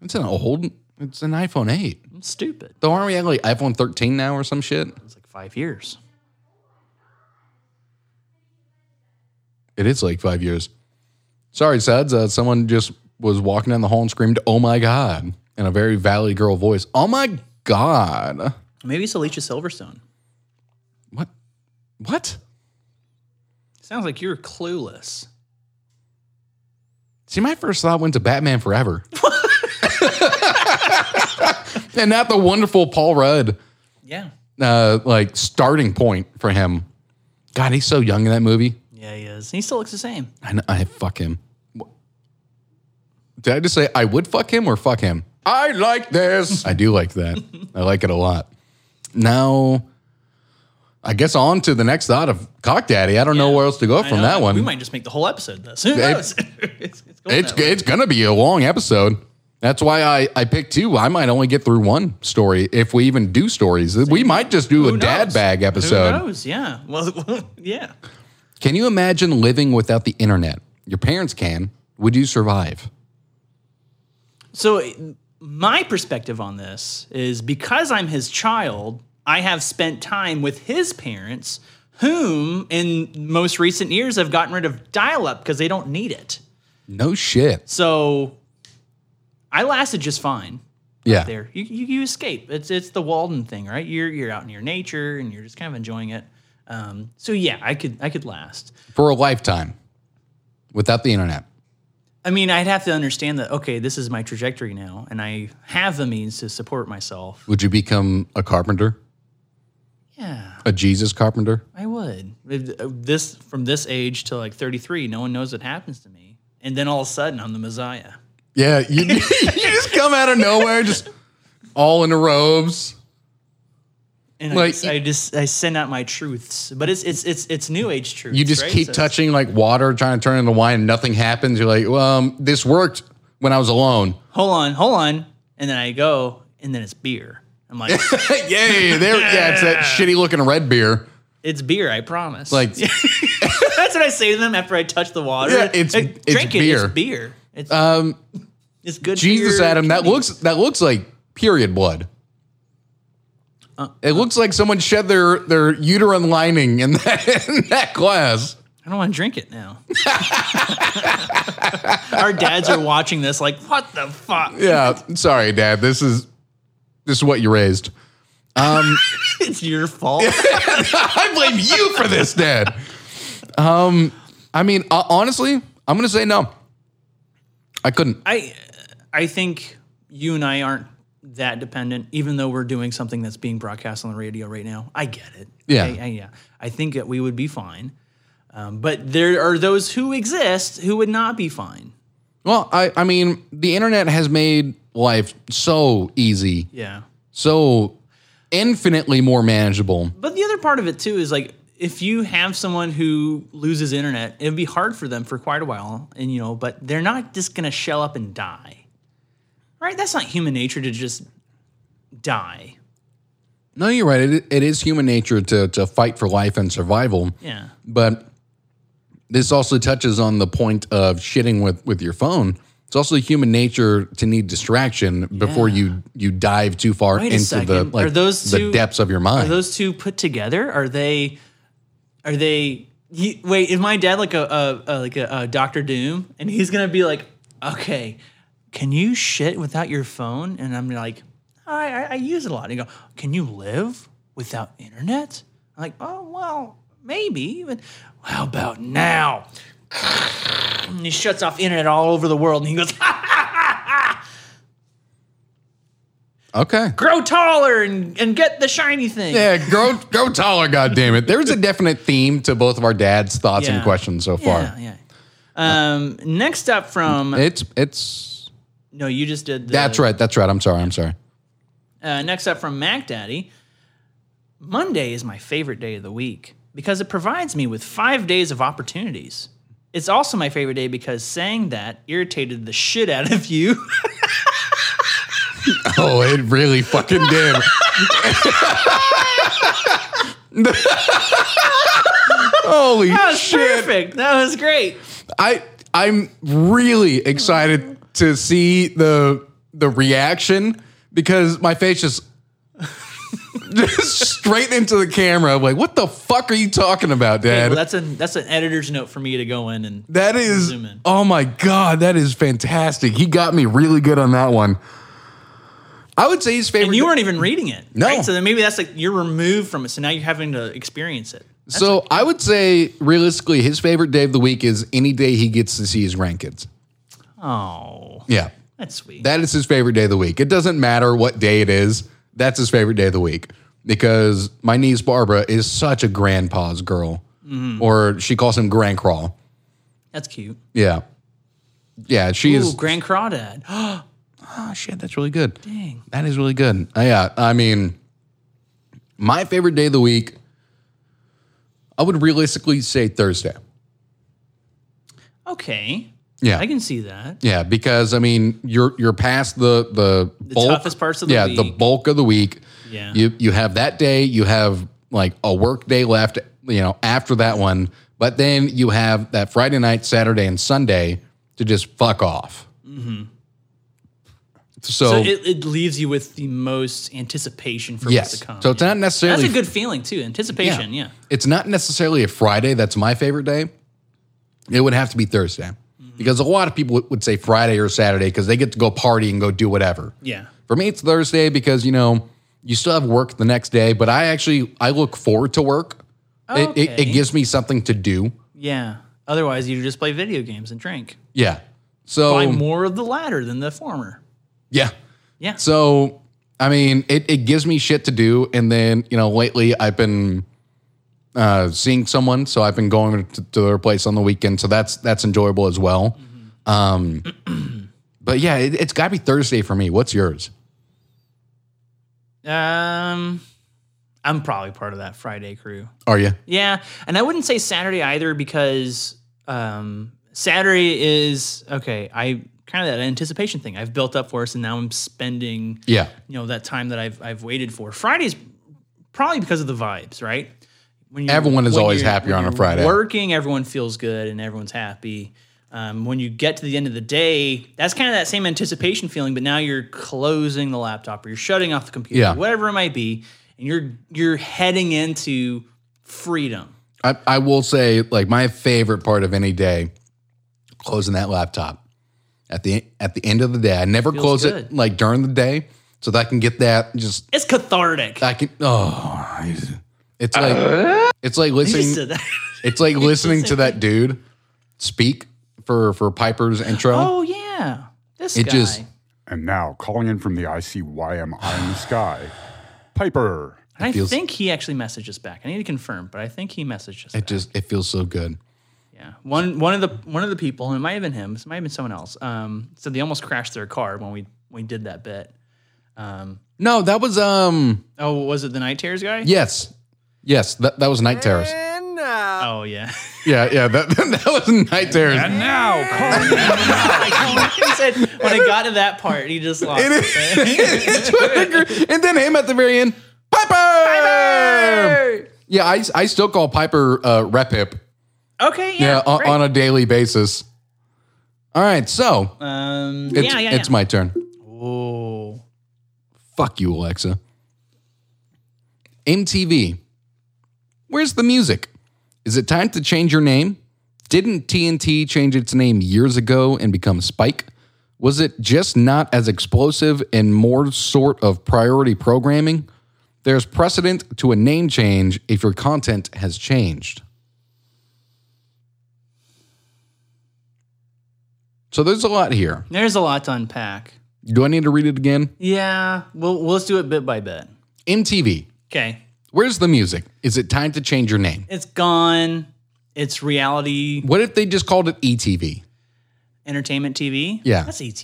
Speaker 2: It's an old. It's an iPhone eight.
Speaker 1: It's stupid.
Speaker 2: Though aren't we at like iPhone 13 now or some shit?
Speaker 1: It's like five years.
Speaker 2: It is like five years. Sorry, Suds. Uh, someone just was walking down the hall and screamed, "Oh my god!" in a very valley girl voice. Oh my god!
Speaker 1: Maybe it's Alicia Silverstone.
Speaker 2: What? What?
Speaker 1: Sounds like you're clueless.
Speaker 2: See, my first thought went to Batman Forever, and not the wonderful Paul Rudd,
Speaker 1: Yeah.
Speaker 2: uh, like starting point for him. God, he's so young in that movie.
Speaker 1: Yeah, he is. And he still looks the same.
Speaker 2: I, kn- I fuck him. Wh- Did I just say I would fuck him or fuck him? I like this. I do like that. I like it a lot. Now, I guess on to the next thought of Cock Daddy. I don't know
Speaker 1: Yeah.
Speaker 2: where else to go
Speaker 1: I
Speaker 2: from
Speaker 1: know,
Speaker 2: that one.
Speaker 1: We might just make the whole episode this. Who knows? it's it's, going
Speaker 2: it's
Speaker 1: that way.
Speaker 2: it's gonna be a long episode. That's why I, I picked two. I might only get through one story if we even do stories. We might just do a
Speaker 1: Who
Speaker 2: dad
Speaker 1: knows?
Speaker 2: bag
Speaker 1: Who
Speaker 2: episode.
Speaker 1: knows? Yeah. Well, yeah.
Speaker 2: Can you imagine living without the internet? Your parents can. Would you survive?
Speaker 1: So my perspective on this is because I'm his child, I have spent time with his parents, whom in most recent years have gotten rid of dial-up because they don't need it.
Speaker 2: No shit.
Speaker 1: So I lasted just fine
Speaker 2: Yeah.
Speaker 1: there. You, you, you escape. It's it's the Walden thing, right? You're you're out in your nature and you're just kind of enjoying it. Um, so yeah, I could I could last.
Speaker 2: for a lifetime without the internet.
Speaker 1: I mean, I'd have to understand that. Okay, this is my trajectory now, and I have the means to support myself.
Speaker 2: Would you become a carpenter,
Speaker 1: Yeah.
Speaker 2: a Jesus carpenter?
Speaker 1: I would. If- uh, This from this age to like 33, no one knows what happens to me, and then all of a sudden I'm the Messiah.
Speaker 2: Yeah, you, you just come out of nowhere, just all in the robes.
Speaker 1: And
Speaker 2: Like,
Speaker 1: I, just, I just I send out my truths, but it's it's it's it's new age truths.
Speaker 2: You just
Speaker 1: right?
Speaker 2: keep
Speaker 1: So it's-
Speaker 2: touching like water, trying to turn it into wine, and nothing happens. You're like, well, um, this worked when I was alone.
Speaker 1: Hold on, hold on, and then I go, and then it's beer. I'm like,
Speaker 2: Yay! There, yeah, it's that shitty looking red beer.
Speaker 1: it's beer. I promise.
Speaker 2: Like,
Speaker 1: that's what I say to them after I touch the water.
Speaker 2: Yeah, it's-
Speaker 1: Hey,
Speaker 2: it's
Speaker 1: drink
Speaker 2: beer.
Speaker 1: It, it's beer. It's um, it's good.
Speaker 2: Jesus,
Speaker 1: beer.
Speaker 2: Adam, that looks that looks like period blood. It looks like someone shed their their uterine lining in that in that glass.
Speaker 1: I don't want to drink it now. Our dads are watching this, like, what the fuck?
Speaker 2: Yeah, sorry, Dad. This is this is what you raised.
Speaker 1: It's your fault.
Speaker 2: I blame you for this, Dad. Um, I mean, uh, honestly, I'm gonna say no. I couldn't.
Speaker 1: I I think you and I aren't that dependent, even though we're doing something that's being broadcast on the radio right now. I get it.
Speaker 2: Yeah.
Speaker 1: I, I, yeah. I think that we would be fine. Um, but there are those who exist who would not be fine.
Speaker 2: Well, I I mean, the internet has made life so easy,
Speaker 1: Yeah.
Speaker 2: so infinitely more manageable.
Speaker 1: But the other part of it too is like if you have someone who loses internet, it'd be hard for them for quite a while, and you know, but they're not just gonna shell up and die, right? That's not human nature to just die.
Speaker 2: No, you're right. It, it is human nature to to fight for life and survival.
Speaker 1: Yeah,
Speaker 2: But this also touches on the point of shitting with with your phone. It's also human nature to need distraction before you you dive too far
Speaker 1: Wait a
Speaker 2: into the
Speaker 1: second.
Speaker 2: like
Speaker 1: Are those two-
Speaker 2: the depths of your mind.
Speaker 1: Are those two put together? Are they? Are they? He, wait, is my dad like a, a, a like a, a Doctor Doom, and he's gonna be like, okay, can you shit without your phone? And I'm like, I I, I use it a lot. And he go, can you live without internet? I'm like, oh well, maybe. But how about now? And he shuts off internet all over the world, and he goes,
Speaker 2: okay.
Speaker 1: grow taller and, and get the shiny thing.
Speaker 2: Yeah, grow grow taller, God damn it. There's a definite theme to both of our dad's thoughts
Speaker 1: Yeah.
Speaker 2: and questions so far.
Speaker 1: Yeah, yeah. Um, next up from
Speaker 2: It's it's
Speaker 1: no, you just did. The,
Speaker 2: that's right, that's right. I'm sorry, I'm sorry.
Speaker 1: Uh, next up from Mac Daddy. Monday is my favorite day of the week because it provides me with five days of opportunities. It's also my favorite day because saying that irritated the shit out of you.
Speaker 2: Oh, it really fucking did. Holy
Speaker 1: That was
Speaker 2: shit.
Speaker 1: perfect. That was great.
Speaker 2: I I'm really excited to see the the reaction because my face just just straight into the camera. I'm like, what the fuck are you talking about, Dad?
Speaker 1: Well, that's a that's an editor's note for me to go in and
Speaker 2: That is,
Speaker 1: Zoom in.
Speaker 2: oh my God, that is fantastic. He got me really good on that one. I would say his favorite.
Speaker 1: and you weren't even reading it.
Speaker 2: No.
Speaker 1: right? So then maybe that's like you're removed from it. So now you're having to experience it.
Speaker 2: so I would say, realistically, his favorite day of the week is any day he gets to see his grandkids.
Speaker 1: Oh,
Speaker 2: Yeah.
Speaker 1: that's sweet.
Speaker 2: That is his favorite day of the week. It doesn't matter what day it is. That's his favorite day of the week because my niece Barbara is such a grandpa's girl, or she calls him Grand Crawl.
Speaker 1: that's cute.
Speaker 2: Yeah, yeah, she
Speaker 1: Ooh,
Speaker 2: is.
Speaker 1: Grand Crawdad.
Speaker 2: Oh shit, that's really good.
Speaker 1: Dang.
Speaker 2: That is really good. Uh, yeah, I mean, my favorite day of the week, I would realistically say Thursday.
Speaker 1: Okay.
Speaker 2: Yeah.
Speaker 1: I can see that.
Speaker 2: Yeah, because I mean, you're you're past the the, bulk,
Speaker 1: toughest parts of the
Speaker 2: yeah the
Speaker 1: week.
Speaker 2: bulk of the week.
Speaker 1: Yeah.
Speaker 2: you you have that day. You have like a work day left. You know, after that one, but then you have that Friday night, Saturday, and Sunday to just fuck off.
Speaker 1: Mm-hmm. So
Speaker 2: So,
Speaker 1: it, it leaves you with the most anticipation for what's
Speaker 2: yes,
Speaker 1: to come.
Speaker 2: so it's not
Speaker 1: That's
Speaker 2: necessarily
Speaker 1: a good feeling too. Anticipation, yeah.
Speaker 2: it's not necessarily a Friday that's my favorite day. It would have to be Thursday
Speaker 1: Mm-hmm.
Speaker 2: because a lot of people would say Friday or Saturday because they get to go party and go do whatever.
Speaker 1: Yeah.
Speaker 2: For me, it's Thursday because you know you still have work the next day, but I actually I look forward to work. It, it,
Speaker 1: Okay.
Speaker 2: it gives me something to do.
Speaker 1: Yeah. Otherwise you just play video games and drink.
Speaker 2: Yeah. So
Speaker 1: Buy more of the latter than the former.
Speaker 2: yeah.
Speaker 1: Yeah.
Speaker 2: So I mean, it it gives me shit to do, and then you know lately I've been uh, seeing someone, so I've been going to, to their place on the weekend, so that's that's enjoyable as well. Um,
Speaker 1: Mm-hmm.
Speaker 2: but yeah, it, it's got to be Thursday for me. What's yours?
Speaker 1: um I'm probably part of that Friday crew.
Speaker 2: Are you?
Speaker 1: Yeah, and I wouldn't say Saturday either because um, Saturday is okay. I kind of that anticipation thing I've built up for us, and now I'm spending
Speaker 2: Yeah.
Speaker 1: you know that time that I've I've waited for. Friday's probably because of the vibes, right? When you,
Speaker 2: Everyone is
Speaker 1: when
Speaker 2: always
Speaker 1: you're-
Speaker 2: happier
Speaker 1: when
Speaker 2: on a
Speaker 1: you're
Speaker 2: Friday.
Speaker 1: Working, everyone feels good and everyone's happy. Um, when you get to the end of the day, that's kind of that same anticipation feeling, but now you're closing the laptop or you're shutting off the computer,
Speaker 2: Yeah.
Speaker 1: whatever it might be, and you're you're heading into freedom.
Speaker 2: I, I will say, like my favorite part of any day, closing that laptop at the at the end of the day. I never close it
Speaker 1: good.
Speaker 2: like during the day, so that I can get that just
Speaker 1: It's cathartic.
Speaker 2: I can. Oh, it's like it's like
Speaker 1: Just
Speaker 2: listening.
Speaker 1: said that.
Speaker 2: It's like listening to that dude speak for for Piper's intro.
Speaker 1: oh yeah, this
Speaker 2: It
Speaker 1: guy.
Speaker 2: just-
Speaker 3: And now, calling in from the ICYM eye in the sky, Piper.
Speaker 1: I
Speaker 2: feels-
Speaker 1: think he actually messaged us back. I need to confirm, but I think he messaged us.
Speaker 2: It just it feels so good.
Speaker 1: Yeah, one one of the one of the people, and it might have been him, it might have been someone else. Um, said they almost crashed their car when we we did that bit.
Speaker 2: No, that was um
Speaker 1: Oh, was it the night terrors guy?
Speaker 2: yes yes that that was night terrors.
Speaker 1: Oh yeah.
Speaker 2: Yeah yeah that that was night terrors.
Speaker 3: Now, calling in.
Speaker 1: he said when it got to that part, he just lost.
Speaker 2: It
Speaker 1: It
Speaker 2: It's what I agree. and then him at the very end, Piper. Yeah, I, I still call Piper uh, Rep Hip.
Speaker 1: okay. Yeah.
Speaker 2: Yeah, uh, on,
Speaker 1: great.
Speaker 2: on a daily basis. All right, so
Speaker 1: Um,
Speaker 2: uh, it's,
Speaker 1: yeah, yeah,
Speaker 2: it's
Speaker 1: yeah.
Speaker 2: my turn.
Speaker 1: oh,
Speaker 2: Fuck you, Alexa. MTV. Where's the music? Is it time to change your name? Didn't TNT change its name years ago and become Spike? Was it just not as explosive and more sort of priority programming? There's precedent to a name change if your content has changed. So there's a lot here.
Speaker 1: there's a lot to unpack.
Speaker 2: Do I need to read it again?
Speaker 1: Yeah, we'll we'll let's do it bit by bit.
Speaker 2: MTV.
Speaker 1: Okay,
Speaker 2: Where's the music? Is it time to change your name?
Speaker 1: it's gone. It's reality
Speaker 2: What if they just called it E ETV?
Speaker 1: entertainment TV.
Speaker 2: Yeah.
Speaker 1: that's ET.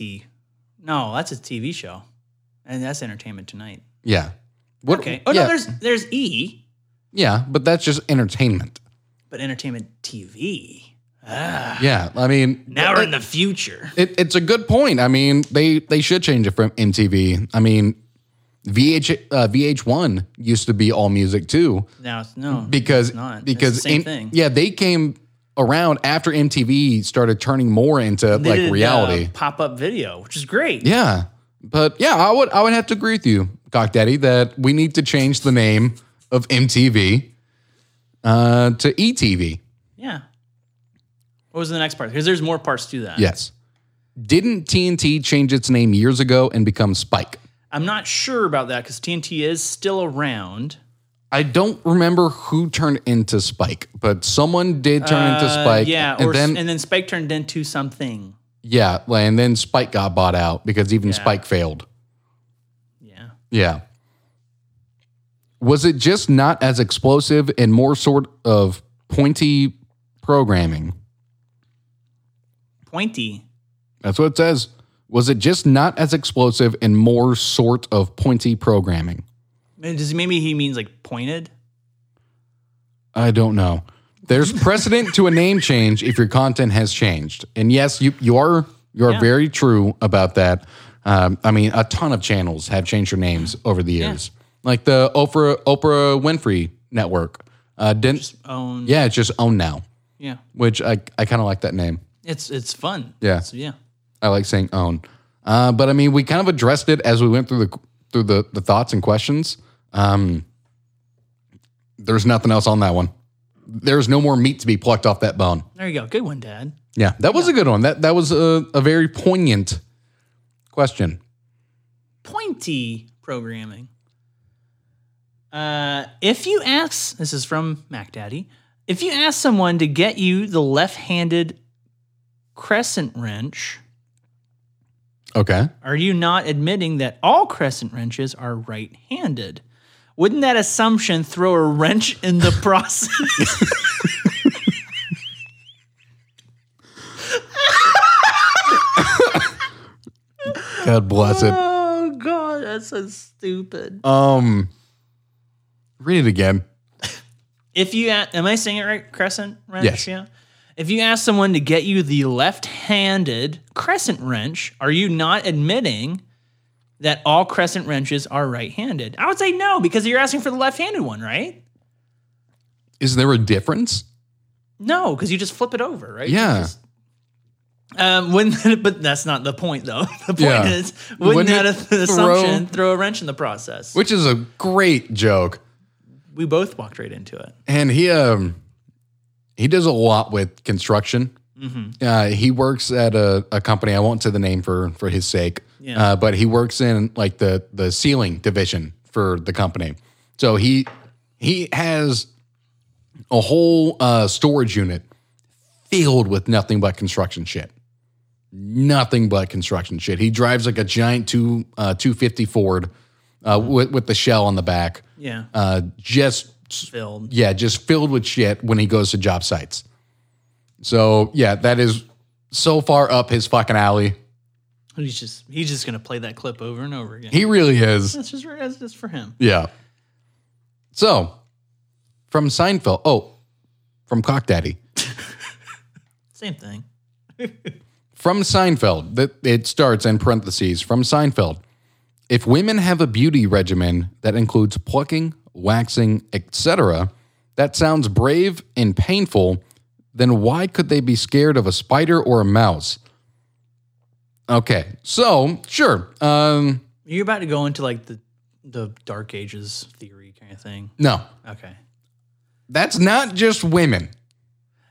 Speaker 1: No, that's a TV show, and that's Entertainment Tonight.
Speaker 2: Yeah. What,
Speaker 1: Okay. Oh
Speaker 2: yeah,
Speaker 1: no, there's there's E,
Speaker 2: yeah, but that's just entertainment.
Speaker 1: but Entertainment TV.
Speaker 2: Yeah, I mean,
Speaker 1: Ah. Now we're in the future.
Speaker 2: it, it's a good point. I mean, they they should change it from MTV. I mean, VH uh, VH1 used to be all music too
Speaker 1: Now it's no
Speaker 2: because
Speaker 1: it's not. It's
Speaker 2: because
Speaker 1: the same
Speaker 2: in-
Speaker 1: thing.
Speaker 2: yeah they came around after MTV started turning more into like
Speaker 1: uh,
Speaker 2: reality.
Speaker 1: pop up video, which is great.
Speaker 2: Yeah. But yeah, I would I would have to agree with you, Doc Daddy, that we need to change the name of MTV uh, to ETV.
Speaker 1: Yeah. What was the next part? Because there's more parts to that.
Speaker 2: Yes. Didn't TNT change its name years ago and become Spike?
Speaker 1: I'm not sure about that because TNT is still around.
Speaker 2: I don't remember who turned into Spike, but someone did turn into
Speaker 1: Uh,
Speaker 2: Spike.
Speaker 1: yeah.
Speaker 2: and
Speaker 1: or, s-
Speaker 2: then
Speaker 1: and then Spike turned into something.
Speaker 2: yeah, and then Spike got bought out because even Spike failed.
Speaker 1: Yeah.
Speaker 2: Yeah. Was it just not as explosive and more sort of pointy programming?
Speaker 1: Pointy.
Speaker 2: That's what it says. Was it just not as explosive and more sort of pointy programming?
Speaker 1: Man, Does maybe he means like pointed?
Speaker 2: I don't know. There's precedent to a name change if your content has changed. And yes, you you are you are very true about that. Um, I mean, a ton of channels have changed their names over the years, like the Oprah Oprah Winfrey Network. Uh, didn't
Speaker 1: Own.
Speaker 2: yeah, it's just own now,
Speaker 1: Oh, Yeah.
Speaker 2: which I I kind of like that name.
Speaker 1: It's it's fun.
Speaker 2: Yeah.
Speaker 1: So, yeah.
Speaker 2: I like saying own. Uh, but I mean, we kind of addressed it as we went through the through the, the thoughts and questions. Um, there's nothing else on that one. There's no more meat to be plucked off that bone.
Speaker 1: There you go. Good one, Dad.
Speaker 2: Yeah, that was a good one. That that was a, a very poignant question.
Speaker 1: Pointy programming. Uh, if you ask, this is from Mac Daddy. If you ask someone to get you the left-handed crescent wrench,
Speaker 2: Okay.
Speaker 1: Are you not admitting that all crescent wrenches are right handed? Wouldn't that assumption throw a wrench in the process?
Speaker 2: God bless it.
Speaker 1: oh, God, that's so stupid.
Speaker 2: Um, read it again.
Speaker 1: If you, a- am I saying it right? Crescent wrench?
Speaker 2: Yes.
Speaker 1: Yeah. If you ask someone to get you the left handed crescent wrench, are you not admitting that all crescent wrenches are right handed? I would say no, because you're asking for the left handed one, right?
Speaker 2: Is there a difference?
Speaker 1: No, because you just flip it over, right? You
Speaker 2: Yeah.
Speaker 1: just- Um, wouldn't but that's not the point though. The point
Speaker 2: Yeah.
Speaker 1: is, wouldn't,
Speaker 2: Wouldn't
Speaker 1: that
Speaker 2: it
Speaker 1: a- assumption throw a wrench in the process?
Speaker 2: Which is a great joke.
Speaker 1: we both walked right into it.
Speaker 2: and he um he does a lot with construction. Uh, he works at a, a company. I won't say the name for for his sake.
Speaker 1: Yeah.
Speaker 2: Uh, but he works in like the the ceiling division for the company. So he he has a whole uh, storage unit filled with nothing but construction shit. Nothing but construction shit. He drives like a giant two uh, two fifty Ford uh, with with the shell on the back.
Speaker 1: Yeah,
Speaker 2: Uh, just
Speaker 1: filled.
Speaker 2: yeah, just filled with shit when he goes to job sites. So yeah, that is so far up his fucking alley.
Speaker 1: He's just he's just gonna play that clip over and over again.
Speaker 2: He really is.
Speaker 1: that's just that's just for him.
Speaker 2: Yeah. So from Seinfeld, oh, from Cock Daddy,
Speaker 1: Same thing.
Speaker 2: from Seinfeld. That it starts in parentheses from Seinfeld. If women have a beauty regimen that includes plucking, waxing, etc., that sounds brave and painful. Then why could they be scared of a spider or a mouse? Okay, so sure. Um,
Speaker 1: You're about to go into like the the Dark Ages theory kind of thing.
Speaker 2: no,
Speaker 1: Okay.
Speaker 2: that's not just women.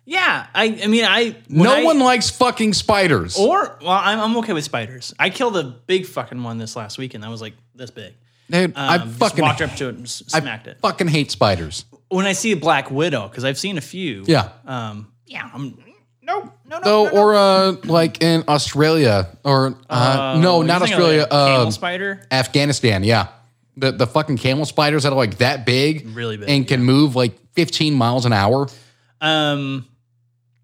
Speaker 1: Yeah, I I mean I when
Speaker 2: no
Speaker 1: I- Oh,
Speaker 2: one likes fucking spiders.
Speaker 1: or well I'm I'm okay with spiders. I killed a big fucking one this last weekend. That was like this big.
Speaker 2: Dude,
Speaker 1: Um,
Speaker 2: I
Speaker 1: just
Speaker 2: fucking
Speaker 1: walked up to it and s- smacked it.
Speaker 2: fucking hate spiders.
Speaker 1: When I see a black widow, because I've seen a few.
Speaker 2: Yeah.
Speaker 1: Um. Yeah. I'm. No. No. No.
Speaker 2: So
Speaker 1: no, no.
Speaker 2: or uh, like in Australia or uh,
Speaker 1: Oh,
Speaker 2: no,
Speaker 1: You're
Speaker 2: not
Speaker 1: thinking of,
Speaker 2: Australia.
Speaker 1: like, a camel
Speaker 2: um,
Speaker 1: spider.
Speaker 2: Afghanistan. Yeah, the the fucking camel spiders that are like that big,
Speaker 1: Really big,
Speaker 2: and can move like 15 miles an hour.
Speaker 1: Um.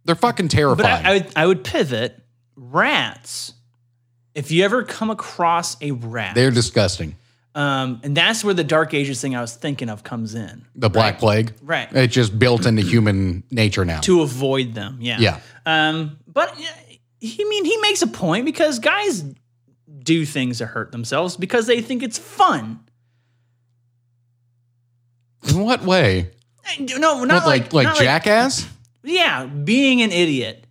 Speaker 2: They're fucking
Speaker 1: But
Speaker 2: terrifying.
Speaker 1: I, I would I would pivot rats. If you ever come across a rat,
Speaker 2: They're disgusting.
Speaker 1: um, and that's where the Dark Ages thing I was thinking of comes in.
Speaker 2: The Black Plague.
Speaker 1: Right.
Speaker 2: It's just built into human nature now.
Speaker 1: to avoid them. Yeah.
Speaker 2: Yeah.
Speaker 1: Um, but yeah, he I mean he makes a point because guys do things to hurt themselves because they think it's fun.
Speaker 2: In what way?
Speaker 1: And, No, not
Speaker 2: What, like like,
Speaker 1: not
Speaker 2: jackass?
Speaker 1: yeah, being an idiot,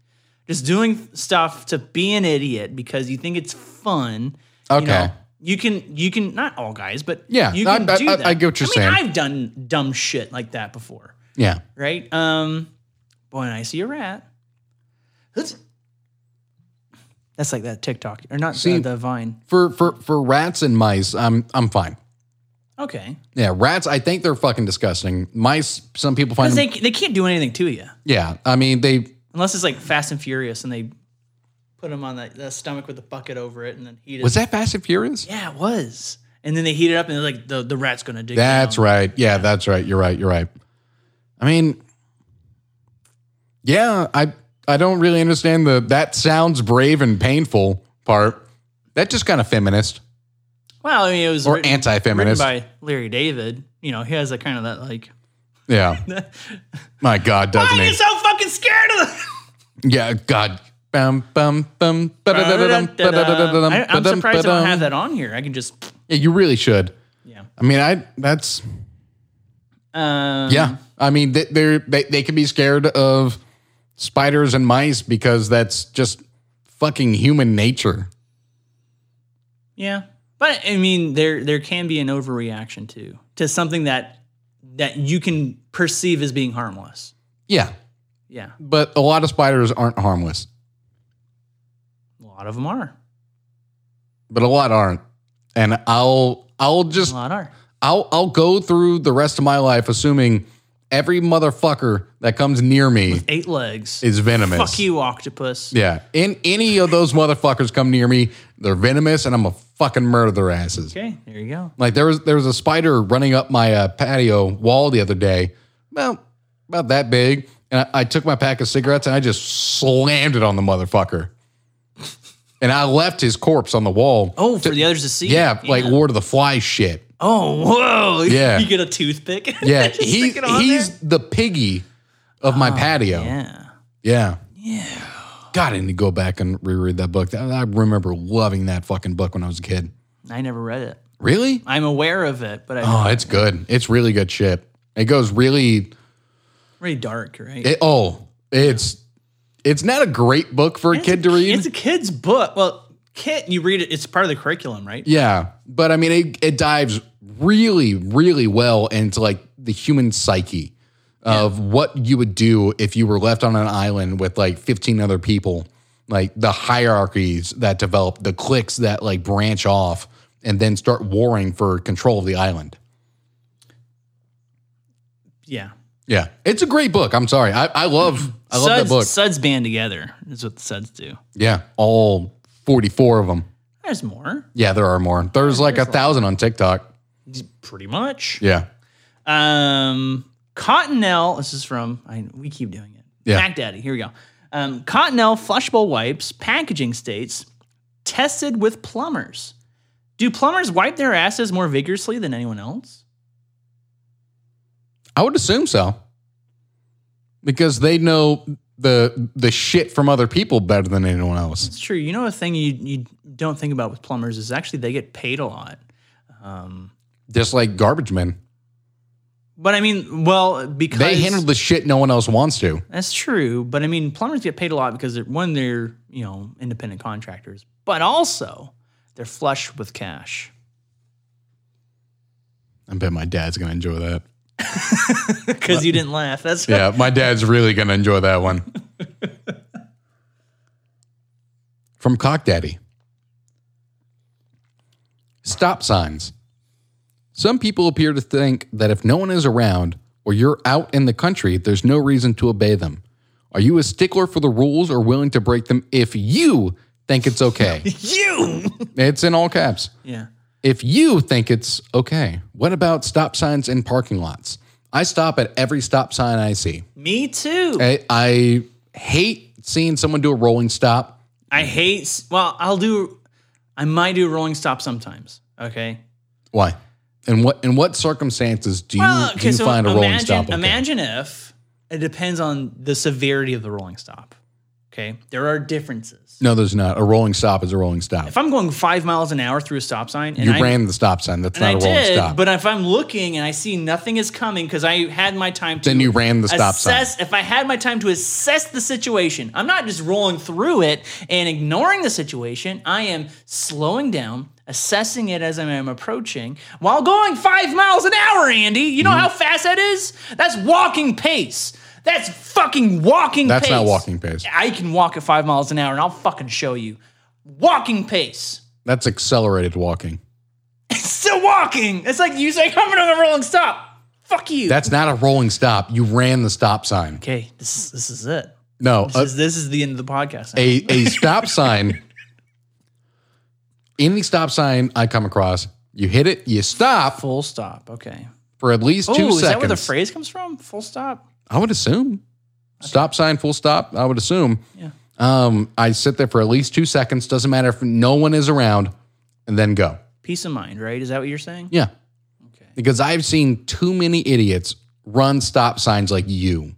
Speaker 1: just doing stuff to be an idiot because you think it's fun.
Speaker 2: Okay.
Speaker 1: You, know, you can you can not all guys, but
Speaker 2: Yeah,
Speaker 1: you
Speaker 2: I-
Speaker 1: can
Speaker 2: I-
Speaker 1: do
Speaker 2: I-
Speaker 1: that.
Speaker 2: I get what you're
Speaker 1: I mean,
Speaker 2: saying.
Speaker 1: I've done dumb shit like that before.
Speaker 2: yeah.
Speaker 1: right? Um, but when I see a rat, that's that's like that TikTok or not
Speaker 2: See-
Speaker 1: uh, the Vine.
Speaker 2: For for for rats and mice, I'm I'm fine.
Speaker 1: Okay,
Speaker 2: Yeah, rats. I think they're fucking disgusting. Mice. Some people find.
Speaker 1: 'Cause
Speaker 2: Them,
Speaker 1: they they can't do anything to you
Speaker 2: yeah, I mean they.
Speaker 1: unless it's like Fast and Furious and they put them on that, that stomach with a bucket over it and then heat it.
Speaker 2: Was that Fast and Furious?
Speaker 1: yeah, it was. And then they heat it up and they're like the the rat's gonna dig.
Speaker 2: That's right. Yeah, that's right. You're right. You're right. I mean, yeah, I I don't really understand the that sounds brave and painful part. That just kind of feminist
Speaker 1: Well, I mean, it was
Speaker 2: or
Speaker 1: written, written
Speaker 2: anti-feminist.
Speaker 1: by Larry David. You know, he has that kind of that like.
Speaker 2: yeah. My God, doesn't
Speaker 1: Why are you
Speaker 2: he?
Speaker 1: so fucking scared of? The-
Speaker 2: Yeah, God. Bum, bum, bum, ba-da-da-da-dum, ba-da-da-da-dum,
Speaker 1: I, I'm surprised I don't
Speaker 2: ba-dum,
Speaker 1: have that on here. I can just.
Speaker 2: Yeah, you really should.
Speaker 1: Yeah.
Speaker 2: I mean, I that's
Speaker 1: Um,
Speaker 2: Yeah, I mean, they, they're they, they can be scared of spiders and mice because that's just fucking human nature.
Speaker 1: Yeah, but I mean, there there can be an overreaction too to something that that you can perceive as being harmless.
Speaker 2: Yeah,
Speaker 1: Yeah,
Speaker 2: but a lot of spiders aren't harmless,
Speaker 1: a lot of them are.
Speaker 2: but a lot aren't. And I'll I'll
Speaker 1: A
Speaker 2: just
Speaker 1: lot are.
Speaker 2: I'll I'll go through the rest of my life assuming every motherfucker that comes near me
Speaker 1: Eight legs.
Speaker 2: is venomous.
Speaker 1: Fuck you, octopus.
Speaker 2: Yeah, in any of those motherfuckers come near me, they're venomous, and I'm a fucking murder their asses.
Speaker 1: Okay, there you go.
Speaker 2: Like there was there was a spider running up my uh, patio wall the other day, about about that big, and I, I took my pack of cigarettes and I just slammed it on the motherfucker, and I left his corpse on the wall.
Speaker 1: Oh, for the others to see.
Speaker 2: yeah, like Lord of the Flies shit.
Speaker 1: oh, whoa.
Speaker 2: Yeah.
Speaker 1: you get a toothpick.
Speaker 2: Yeah,
Speaker 1: Just
Speaker 2: he's
Speaker 1: stick it on
Speaker 2: he's
Speaker 1: there? Oh,
Speaker 2: the piggy of my patio. Yeah.
Speaker 1: Yeah.
Speaker 2: yeah, God, I need to go back and reread that book. I- I remember loving that fucking book when I was a kid.
Speaker 1: I never read it.
Speaker 2: Really?
Speaker 1: I'm aware of it, but I
Speaker 2: Oh, it's good. It's really good shit. It goes really
Speaker 1: really dark, right?
Speaker 2: It, oh, it's it's not a great book for a
Speaker 1: It's
Speaker 2: kid
Speaker 1: a-
Speaker 2: to read.
Speaker 1: It's a kid's book. Well, kid, you read it. It's part of the curriculum, right?
Speaker 2: yeah, but I mean, it, it dives really, really well into like the human psyche of what you would do if you were left on an island with like 15 other people, like the hierarchies that develop, the cliques that like branch off and then start warring for control of the island.
Speaker 1: Yeah.
Speaker 2: Yeah, it's a great book. I'm sorry, I, I love I love
Speaker 1: suds,
Speaker 2: that book.
Speaker 1: Suds band together is what the suds do.
Speaker 2: Yeah, all 44 of them.
Speaker 1: There's more,
Speaker 2: Yeah, there are more. There's like a thousand on TikTok.
Speaker 1: pretty much.
Speaker 2: Yeah.
Speaker 1: Um, Cottonelle. This is from. I, we keep doing it.
Speaker 2: Yeah.
Speaker 1: Mac Daddy. Here we go. Um, Cottonelle flush bowl wipes packaging states tested with plumbers. Do plumbers wipe their asses more vigorously than anyone else?
Speaker 2: I would assume so. Because they know the the shit from other people better than anyone else.
Speaker 1: It's true. You know a thing you you don't think about with plumbers is actually they get paid a lot. Um,
Speaker 2: Just like garbage men.
Speaker 1: but I mean, well, because
Speaker 2: They handle the shit no one else wants to.
Speaker 1: That's true, but I mean, plumbers get paid a lot because they're one, they're you know independent contractors, but also they're flush with cash.
Speaker 2: I bet my dad's gonna enjoy that.
Speaker 1: Because you didn't laugh. That's
Speaker 2: Yeah, my dad's really gonna enjoy that one. From Cock Daddy. Stop signs. Some people appear to think that if no one is around or you're out in the country, there's no reason to obey them. Are you a stickler for the rules or willing to break them if you think it's okay?
Speaker 1: you.
Speaker 2: it's in all caps.
Speaker 1: yeah.
Speaker 2: If you think it's okay, what about stop signs in parking lots? I stop at every stop sign I see.
Speaker 1: Me too.
Speaker 2: I, I hate seeing someone do a rolling stop.
Speaker 1: I hate, s- well, I'll do, I might do rolling stop sometimes. Okay.
Speaker 2: Why? And what in what circumstances do you,
Speaker 1: Well,
Speaker 2: do you find a rolling
Speaker 1: Oh, imagine,
Speaker 2: stop? Okay?
Speaker 1: Imagine if it depends on the severity of the rolling stop. Okay. There are differences.
Speaker 2: No, there's not. A rolling stop is a rolling stop.
Speaker 1: If I'm going five miles an hour through a stop sign and
Speaker 2: you
Speaker 1: I,
Speaker 2: ran the stop sign. That's
Speaker 1: and
Speaker 2: not
Speaker 1: I
Speaker 2: a rolling
Speaker 1: did,
Speaker 2: stop.
Speaker 1: but if I'm looking and I see nothing is coming because I had my time to
Speaker 2: then you ran the stop sign.
Speaker 1: assess if I had my time to assess the situation. I'm not just rolling through it and ignoring the situation. I am slowing down, assessing it as I am approaching while going five miles an hour, Andy. You
Speaker 2: Mm-hmm.
Speaker 1: know how fast that is? That's walking pace. That's fucking walking
Speaker 2: That's
Speaker 1: pace.
Speaker 2: not walking pace.
Speaker 1: I can walk at five miles an hour and I'll fucking show you. Walking pace.
Speaker 2: That's accelerated walking.
Speaker 1: Still walking. It's like you say, I'm gonna roll and stop. Fuck you.
Speaker 2: That's not a rolling stop. You ran the stop sign.
Speaker 1: okay, this is this is it.
Speaker 2: No,
Speaker 1: This,
Speaker 2: a,
Speaker 1: is, this is the end of the podcast. now.
Speaker 2: Uh, a, a stop sign. Any stop sign I come across, you hit it, you stop
Speaker 1: Full stop. Okay.
Speaker 2: for at least
Speaker 1: Oh,
Speaker 2: two
Speaker 1: is
Speaker 2: seconds.
Speaker 1: that where the phrase comes from? Full stop.
Speaker 2: I would assume. Stop sign, full stop. I would assume.
Speaker 1: Yeah.
Speaker 2: Um, I sit there for at least two seconds. Doesn't matter if no one is around, and then go.
Speaker 1: Peace of mind, right? Is that what you're saying?
Speaker 2: Yeah.
Speaker 1: Okay.
Speaker 2: Because I've seen too many idiots run stop signs like you.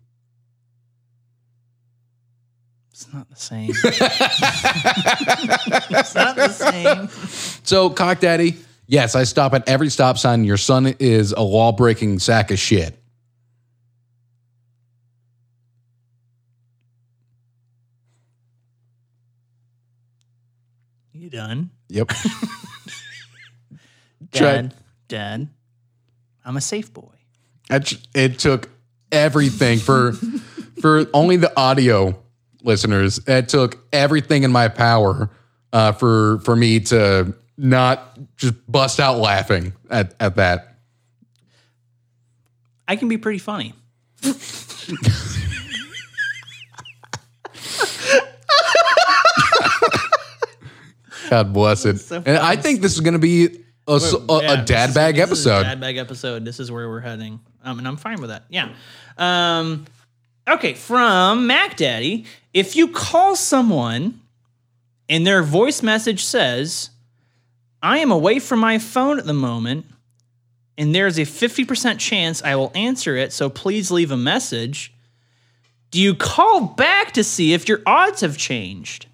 Speaker 1: It's not the same. it's not the same.
Speaker 2: So, Cock Daddy, yes, I stop at every stop sign. Your son is a law breaking sack of shit.
Speaker 1: You done?
Speaker 2: Yep. Try-
Speaker 1: Dad. Dad. I'm a safe boy.
Speaker 2: It, it took everything for for only the audio listeners. It took everything in my power uh, for for me to not just bust out laughing at at that.
Speaker 1: I can be pretty funny.
Speaker 2: God bless it. and I think this is going to be a, s- a- a
Speaker 1: Yeah,
Speaker 2: dad
Speaker 1: this
Speaker 2: bag
Speaker 1: is- this is a
Speaker 2: episode.
Speaker 1: Dad bag episode. This is where we're heading. Um, and I'm fine with that. Yeah. Um, okay. From Mac Daddy, if you call someone and their voice message says, "I am away from my phone at the moment." And there's a 50% chance I will answer it, so please leave a message. Do you call back to see if your odds have changed?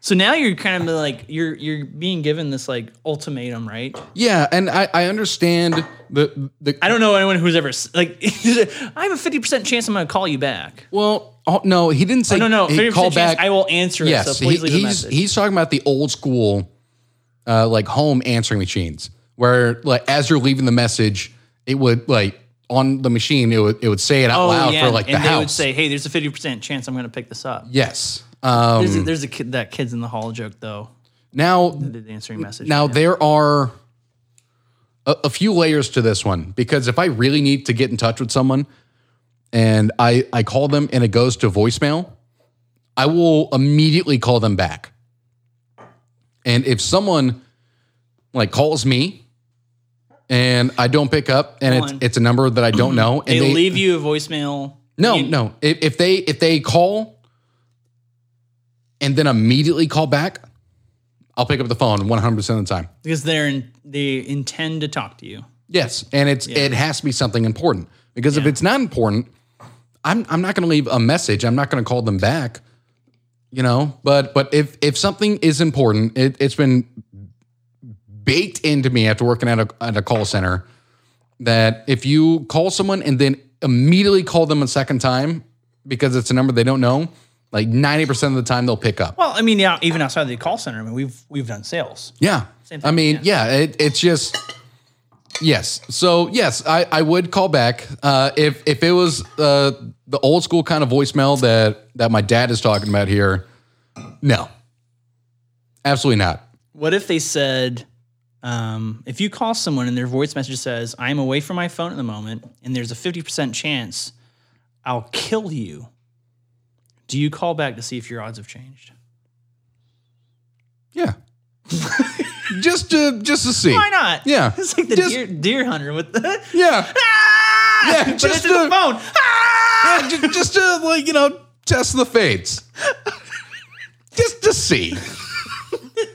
Speaker 1: So now you're kind of like you're you're being given this like ultimatum, right?
Speaker 2: yeah, and I, I understand the the
Speaker 1: I don't know anyone who's ever s- like I have a fifty percent chance I'm going to call you back.
Speaker 2: well oh, no he didn't say
Speaker 1: No, no,
Speaker 2: he
Speaker 1: fifty
Speaker 2: called
Speaker 1: percent chance I will answer it. so please leave a
Speaker 2: he's
Speaker 1: message.
Speaker 2: he's talking about the old school, uh, like home answering machines, where like as you're leaving the message, it would like on the machine, it would it would say it out
Speaker 1: oh
Speaker 2: loud
Speaker 1: yeah,
Speaker 2: for like
Speaker 1: and
Speaker 2: the
Speaker 1: they
Speaker 2: house.
Speaker 1: would say, "Hey, there's a fifty percent chance I'm going to pick this up."
Speaker 2: yes. Um,
Speaker 1: There's a, there's a kid that kids in the hall joke though.
Speaker 2: now
Speaker 1: The answering message.
Speaker 2: now there are a, a few layers to this one because if I really need to get in touch with someone and I I call them and it goes to voicemail, I will immediately call them back. And if someone like calls me and I don't pick up and it's
Speaker 1: Hold on.
Speaker 2: it's a number that I don't know and
Speaker 1: they,
Speaker 2: they,
Speaker 1: leave you a voicemail.
Speaker 2: no,
Speaker 1: You-
Speaker 2: no. If, if they if they call and then immediately call back, I'll pick up the phone 100% of the time.
Speaker 1: because they're in, they intend to talk to you.
Speaker 2: Yes, and it's it has to be something important because if it's not important, I'm I'm not going to leave a message. I'm not going to call them back. You know, but but if if something is important, it, it's been baked into me after working at a at a call center that if you call someone and then immediately call them a second time because it's a number they don't know, Like 90% of the time, they'll pick up.
Speaker 1: Well, I mean, yeah, even outside the call center, I mean, we've we've done sales.
Speaker 2: Yeah.
Speaker 1: Same
Speaker 2: I
Speaker 1: thing,
Speaker 2: mean, yeah, it, it's just yes. So yes, I, I would call back uh, if if it was uh, the old school kind of voicemail that that my dad is talking about here. No, absolutely not.
Speaker 1: What if they said, um, if you call someone and their voice message says, "I am away from my phone at the moment," and there's a fifty percent chance I'll kill you, do you call back to see if your odds have changed?
Speaker 2: Yeah, just to just to see.
Speaker 1: Why not?
Speaker 2: Yeah.
Speaker 1: it's like the
Speaker 2: Just-
Speaker 1: deer, deer hunter with the
Speaker 2: Yeah,
Speaker 1: ah!
Speaker 2: Yeah,
Speaker 1: But
Speaker 2: just
Speaker 1: it's in the
Speaker 2: to-
Speaker 1: phone. Ah!
Speaker 2: yeah ju- just to like you know test the fates. just to see.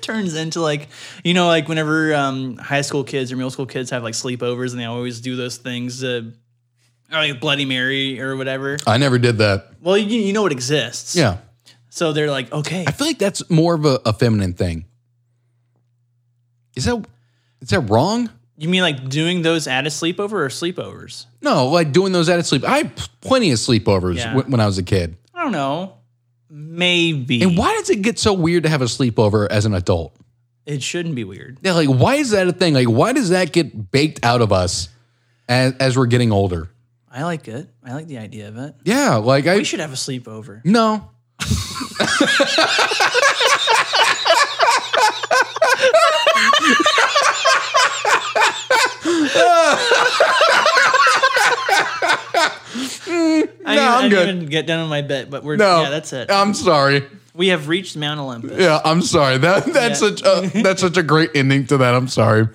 Speaker 1: turns into like you know like whenever um, high school kids or middle school kids have like sleepovers and they always do those things uh, or like bloody mary or whatever
Speaker 2: I never did that.
Speaker 1: well you, you know it exists
Speaker 2: Yeah,
Speaker 1: so they're like okay
Speaker 2: I feel like that's more of a, a feminine thing. Is that is that wrong?
Speaker 1: you mean like doing those at a sleepover or sleepovers
Speaker 2: No, like doing those at a sleep. I had plenty of sleepovers
Speaker 1: Yeah.
Speaker 2: wh- when I was a kid.
Speaker 1: i don't know maybe
Speaker 2: And why does it get so weird to have a sleepover as an adult?
Speaker 1: it shouldn't be weird
Speaker 2: Yeah, like why is that a thing? Like why does that get baked out of us as, as we're getting older?
Speaker 1: i like it i like the idea of it
Speaker 2: Yeah, like I
Speaker 1: we should have a sleepover
Speaker 2: no.
Speaker 1: I
Speaker 2: No,
Speaker 1: didn't-
Speaker 2: I'm
Speaker 1: I didn't
Speaker 2: good.
Speaker 1: even get done with my bet but we're
Speaker 2: No. Uh,
Speaker 1: yeah that's it
Speaker 2: I'm sorry.
Speaker 1: we have reached mount olympus
Speaker 2: Yeah, I'm sorry. That that's
Speaker 1: Yeah.
Speaker 2: such a that's such a great ending to that. I'm sorry.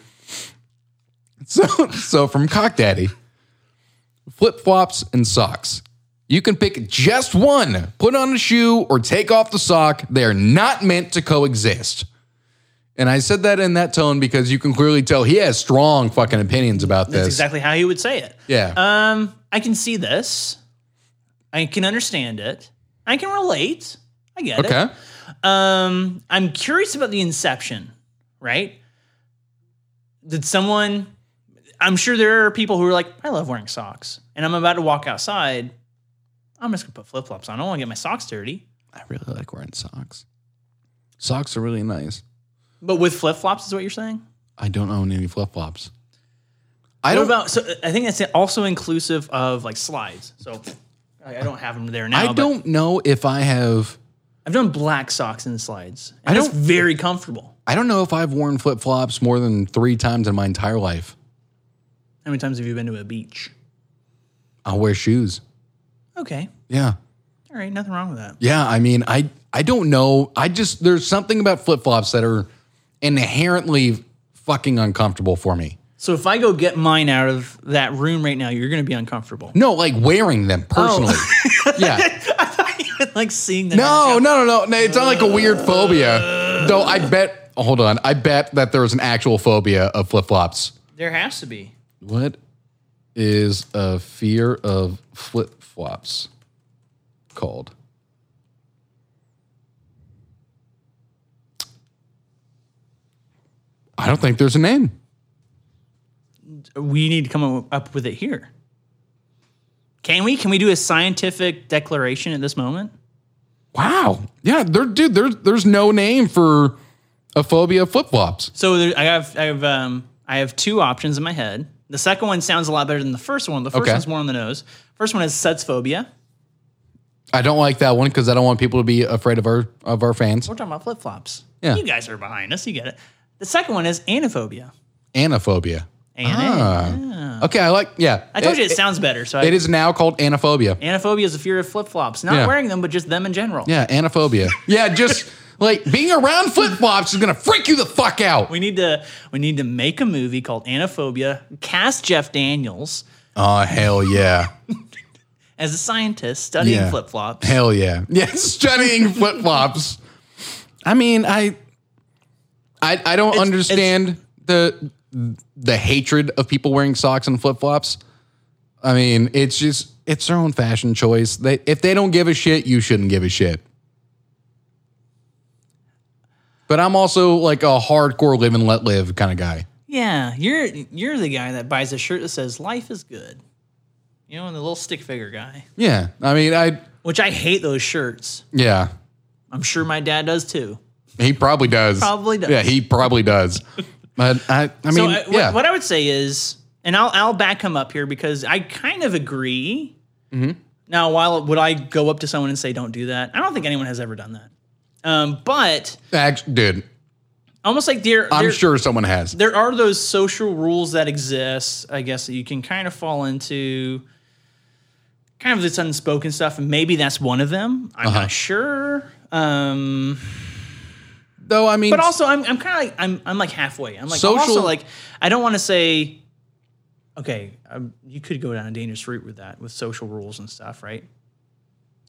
Speaker 2: So so from Cock Daddy, flip flops and socks. You can pick just one. Put on a shoe or take off the sock. They are not meant to coexist. And I said that in that tone because you can clearly tell he has strong fucking opinions about this.
Speaker 1: that's exactly how he would say it
Speaker 2: yeah.
Speaker 1: Um, I can see this. I can understand it. I can relate. I get
Speaker 2: okay.
Speaker 1: it. Um, I'm curious about the inception, right? Did someone I'm sure there are people who are like, I love wearing socks and I'm about to walk outside. I'm just gonna put flip flops on. I don't want to get my socks dirty.
Speaker 2: I really like wearing socks. Socks are really nice.
Speaker 1: But with flip flops is what you're saying?
Speaker 2: I don't own any flip flops. I
Speaker 1: What
Speaker 2: don't
Speaker 1: about so I think that's also inclusive of like slides. So I I don't have them there now.
Speaker 2: I
Speaker 1: but-
Speaker 2: don't know if I have.
Speaker 1: I've done black socks and slides. And
Speaker 2: I
Speaker 1: that's
Speaker 2: don't-
Speaker 1: very comfortable.
Speaker 2: I don't know if I've worn flip flops more than three times in my entire life.
Speaker 1: How many times have you been to a beach?
Speaker 2: I'll wear shoes.
Speaker 1: Okay.
Speaker 2: Yeah,
Speaker 1: All right. Nothing wrong with that.
Speaker 2: yeah. I mean, I I don't know. I just there's something about flip flops that are inherently fucking uncomfortable for me.
Speaker 1: So if I go get mine out of that room right now, you're going to be uncomfortable.
Speaker 2: No, like wearing them personally. yeah.
Speaker 1: I thought you meant like seeing that.
Speaker 2: No, no, no, no, no. It's not like a weird phobia. Though I bet. Hold on. I bet that there is an actual phobia of flip flops.
Speaker 1: There has to be.
Speaker 2: What is a fear of flip flops called? I don't think there's a name.
Speaker 1: We need to come up- up with it here. Can we? Can we do a scientific declaration at this moment?
Speaker 2: Wow. Yeah, there, dude. There's there's no name for a phobia of flip flops.
Speaker 1: So there, I have, I have, um, I have two options in my head. The second one sounds a lot better than the first one. The first
Speaker 2: Okay.
Speaker 1: one's more on the nose. First one is sets phobia.
Speaker 2: I don't like that one because I don't want people to be afraid of our of our fans.
Speaker 1: We're talking about flip flops.
Speaker 2: Yeah.
Speaker 1: You guys are behind us. You get it. The second one is anaphobia.
Speaker 2: Anaphobia.
Speaker 1: Ana.
Speaker 2: Okay, I like. Yeah,
Speaker 1: Uh. I told you it,
Speaker 2: Ah. It,
Speaker 1: sounds better. So
Speaker 2: it
Speaker 1: I,
Speaker 2: is now called anaphobia.
Speaker 1: anaphobia is a fear of flip flops. Not
Speaker 2: Yeah.
Speaker 1: wearing them, but just them in general.
Speaker 2: Yeah, anaphobia. yeah, just like being around flip flops is gonna freak you the fuck out.
Speaker 1: We need to we need to make a movie called Anaphobia. Cast Jeff Daniels
Speaker 2: Oh hell yeah,
Speaker 1: as a scientist studying
Speaker 2: Yeah.
Speaker 1: flip flops.
Speaker 2: hell yeah. Yeah, studying flip flops. I mean, I, I, I don't
Speaker 1: it's-
Speaker 2: understand the the hatred of people wearing socks and flip flops. I mean, it's just it's their own fashion choice. They if they don't give a shit, you shouldn't give a shit. But I'm also like a hardcore live and let live kind of guy.
Speaker 1: Yeah, you're you're the guy that buys a shirt that says life is good. You know, and the little stick figure guy.
Speaker 2: Yeah, I mean, I
Speaker 1: which I hate those shirts.
Speaker 2: Yeah.
Speaker 1: I'm sure my dad does too.
Speaker 2: He probably does.
Speaker 1: Probably does.
Speaker 2: Yeah, he probably does. But I, I mean,
Speaker 1: so I, what,
Speaker 2: yeah,
Speaker 1: what I would say is, and I'll I'll back him up here because I kind of agree.
Speaker 2: Mm-hmm.
Speaker 1: Now, while would I go up to someone and say don't do that? I don't think anyone has ever done that. Um, but
Speaker 2: Act- dude,
Speaker 1: almost like there,
Speaker 2: I'm
Speaker 1: there,
Speaker 2: sure someone has.
Speaker 1: there are those social rules that exist. I guess that you can kind of fall into. Kind of this unspoken stuff, and maybe that's one of them. I'm
Speaker 2: Uh-huh.
Speaker 1: not sure. Um,
Speaker 2: Though I mean,
Speaker 1: but also I'm, I'm kind of like I'm, I'm like halfway. I'm like
Speaker 2: Social-
Speaker 1: also like I don't want to say, okay, um, you could go down a dangerous route with that with social rules and stuff, right?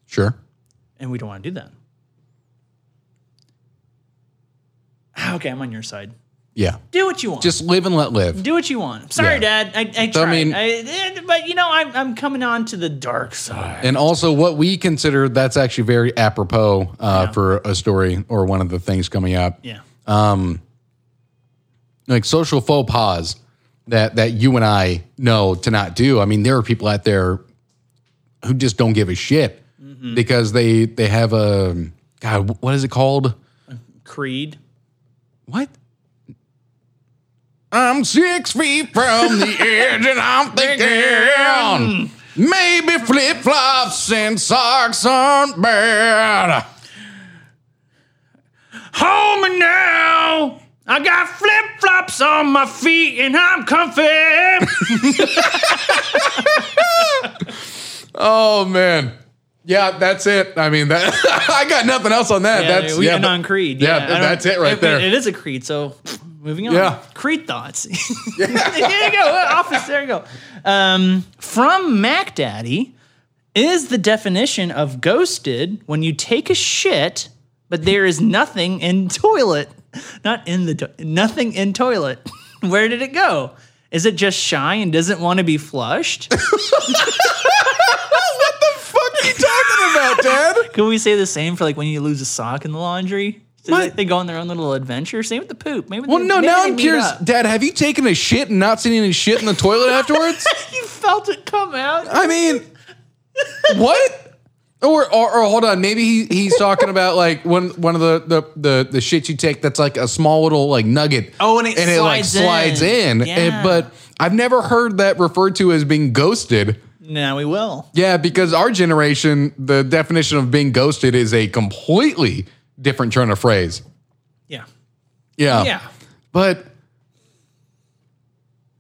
Speaker 2: sure.
Speaker 1: And we don't want to do that. Ah, Okay, I'm on your side.
Speaker 2: Yeah,
Speaker 1: Do what you want.
Speaker 2: just live and let live.
Speaker 1: do what you want. I'm sorry, Dad. I, I tried. I
Speaker 2: mean-
Speaker 1: eh, but you know, I'm, I'm coming on to the dark side.
Speaker 2: And also, what we consider that's actually very apropos uh, for a story or one of the things coming up,
Speaker 1: Yeah.
Speaker 2: Um, like social faux pas that that you and I know to not do. I mean, there are people out there who just don't give a shit
Speaker 1: Mm-hmm.
Speaker 2: because they they have a God. What is it called?
Speaker 1: Creed.
Speaker 2: What? I'm six feet from the edge and I'm
Speaker 1: Mm.
Speaker 2: thinking maybe flip flops and socks aren't bad.
Speaker 1: Home now. I got flip flops on my feet and I'm comfy.
Speaker 2: Oh man. Yeah, that's it. I mean, that I got nothing else on that.
Speaker 1: Yeah,
Speaker 2: that's
Speaker 1: we
Speaker 2: yeah,
Speaker 1: end
Speaker 2: but-
Speaker 1: on Creed.
Speaker 2: yeah,
Speaker 1: Yeah, I don't-
Speaker 2: that's it right
Speaker 1: but
Speaker 2: there.
Speaker 1: It is a Creed. So moving on.
Speaker 2: Yeah.
Speaker 1: Creed thoughts. there you go. Office. There you go. Um, from Mac Daddy is the definition of ghosted when you take a shit, but there is nothing in toilet. Not in the to- nothing in toilet. Where did it go? Is it just shy and doesn't want to be flushed?
Speaker 2: What the fuck are you talking about, Dad?
Speaker 1: Could we say the same for like when you lose a sock in the laundry? So
Speaker 2: What?
Speaker 1: They go on their own little adventure. Same with the poop. Maybe
Speaker 2: Well,
Speaker 1: they,
Speaker 2: no,
Speaker 1: maybe
Speaker 2: now
Speaker 1: they
Speaker 2: I'm
Speaker 1: meet
Speaker 2: curious.
Speaker 1: up.
Speaker 2: Dad, have you taken a shit and not seen any shit in the toilet afterwards?
Speaker 1: you felt it come out.
Speaker 2: I mean, what? Or, or, or hold on, maybe he, he's talking about like one one of the, the the the shit you take that's like a small little like nugget.
Speaker 1: Oh, and it slides in.
Speaker 2: like slides in. And-
Speaker 1: Yeah.
Speaker 2: but I've never heard that referred to as being ghosted.
Speaker 1: Now we will.
Speaker 2: Yeah, because our generation, the definition of being ghosted is a completely different turn of phrase.
Speaker 1: Yeah.
Speaker 2: Yeah.
Speaker 1: Yeah.
Speaker 2: But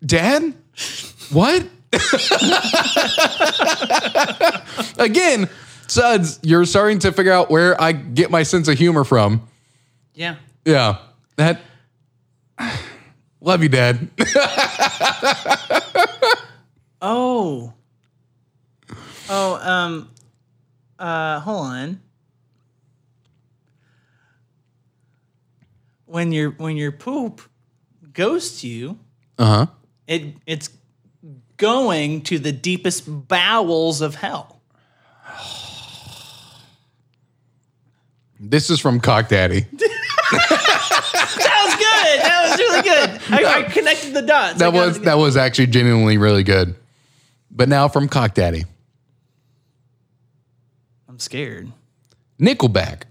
Speaker 2: Dad? What? Again, Suds, you're starting to figure out where I get my sense of humor from.
Speaker 1: Yeah.
Speaker 2: Yeah. That Love you, Dad.
Speaker 1: Oh. Oh, um uh hold on. When your when your poop ghosts you,
Speaker 2: Uh-huh.
Speaker 1: it it's going to the deepest bowels of hell.
Speaker 2: This is from Cock Daddy.
Speaker 1: That was good. That was really good. I, I connected the dots. I got
Speaker 2: That was
Speaker 1: it.
Speaker 2: that was actually genuinely really good. But now from Cock Daddy.
Speaker 1: I'm scared.
Speaker 2: Nickelback.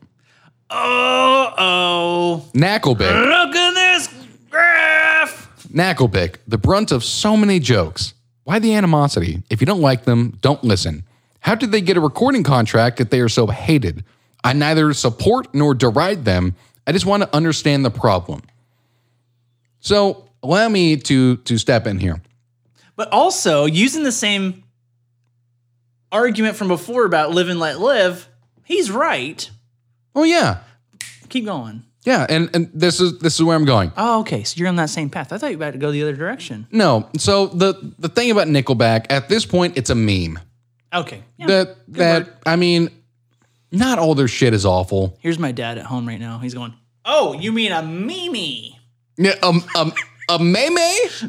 Speaker 1: Uh oh.
Speaker 2: Knackleback.
Speaker 1: Look at this graph.
Speaker 2: Knacklebick, the brunt of so many jokes. Why the animosity? If you don't like them, don't listen. How did they get a recording contract if they are so hated? I neither support nor deride them. I just want to understand the problem. So allow me to to step in here.
Speaker 1: But also using the same argument from before about live and let live, he's right.
Speaker 2: Oh yeah.
Speaker 1: Keep going.
Speaker 2: Yeah, and, and this is this is where I'm going.
Speaker 1: Oh, okay. So you're on that same path. I thought you were about to go the other direction.
Speaker 2: No, so the the thing about Nickelback, at this point it's a meme.
Speaker 1: Okay. Yeah.
Speaker 2: That that I mean, not all their shit is awful.
Speaker 1: Here's my dad at home right now. He's going, Oh, you mean a Mimi?
Speaker 2: Yeah, um, um, a meme.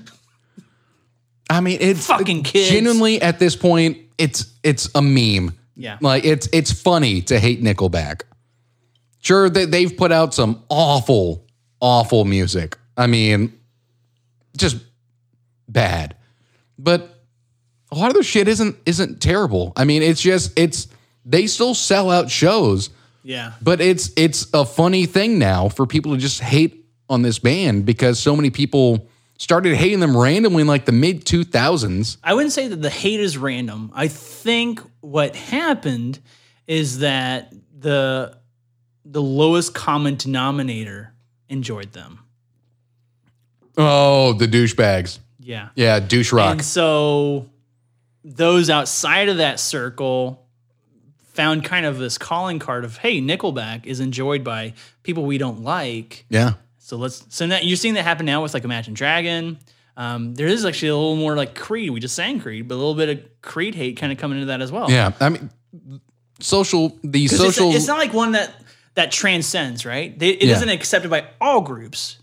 Speaker 2: I mean, it's
Speaker 1: Fucking kids.
Speaker 2: Genuinely, at this point, it's it's a meme.
Speaker 1: Yeah.
Speaker 2: like it's it's funny to hate Nickelback. Sure, they, they've put out some awful, awful music. I mean, just bad. But a lot of their shit isn't isn't terrible. I mean, it's just it's They still sell out shows,
Speaker 1: Yeah.
Speaker 2: but it's it's a funny thing now for people to just hate on this band because so many people started hating them randomly in like the mid 2000s.
Speaker 1: I wouldn't say that the hate is random. I think what happened is that the the lowest common denominator enjoyed them.
Speaker 2: Oh, the douchebags.
Speaker 1: Yeah.
Speaker 2: Yeah, douche rock.
Speaker 1: And so those outside of that circle found kind of this calling card of hey, Nickelback is enjoyed by people we don't like.
Speaker 2: yeah.
Speaker 1: So let's so now you're seeing that happen now with like Imagine Dragon. Um, there is actually a little more like Creed. We just sang Creed, but a little bit of Creed hate kind of coming into that as well.
Speaker 2: Yeah. I mean social the
Speaker 1: 'Cause it's-
Speaker 2: social
Speaker 1: It's, not like one that that transcends, right? They, it
Speaker 2: Yeah.
Speaker 1: not accepted by all groups.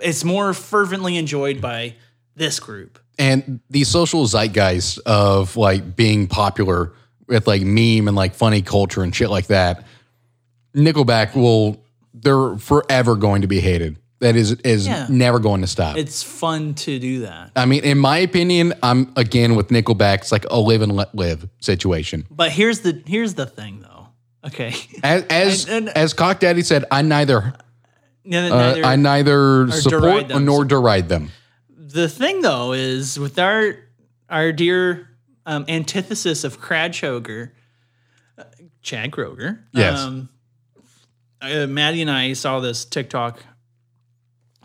Speaker 1: It's more fervently enjoyed by this group.
Speaker 2: and the social zeitgeist of like being popular with like meme and like funny culture and shit like that, Nickelback will they're forever going to be hated. That is is
Speaker 1: Yeah.
Speaker 2: never going to stop.
Speaker 1: It's fun to do that.
Speaker 2: I mean, in my opinion, I'm again with Nickelback. It's like a live and let live situation.
Speaker 1: But here's the here's the thing though. Okay.
Speaker 2: As as,
Speaker 1: And- and-
Speaker 2: as Cock Daddy said, I neither
Speaker 1: Neither-
Speaker 2: uh,
Speaker 1: neither-
Speaker 2: I neither support
Speaker 1: deride them.
Speaker 2: nor deride them.
Speaker 1: the thing though is with our our dear um, antithesis of Kradshoger, uh, Chad Kroger.
Speaker 2: Yes.
Speaker 1: Um, uh, Maddie and I saw this TikTok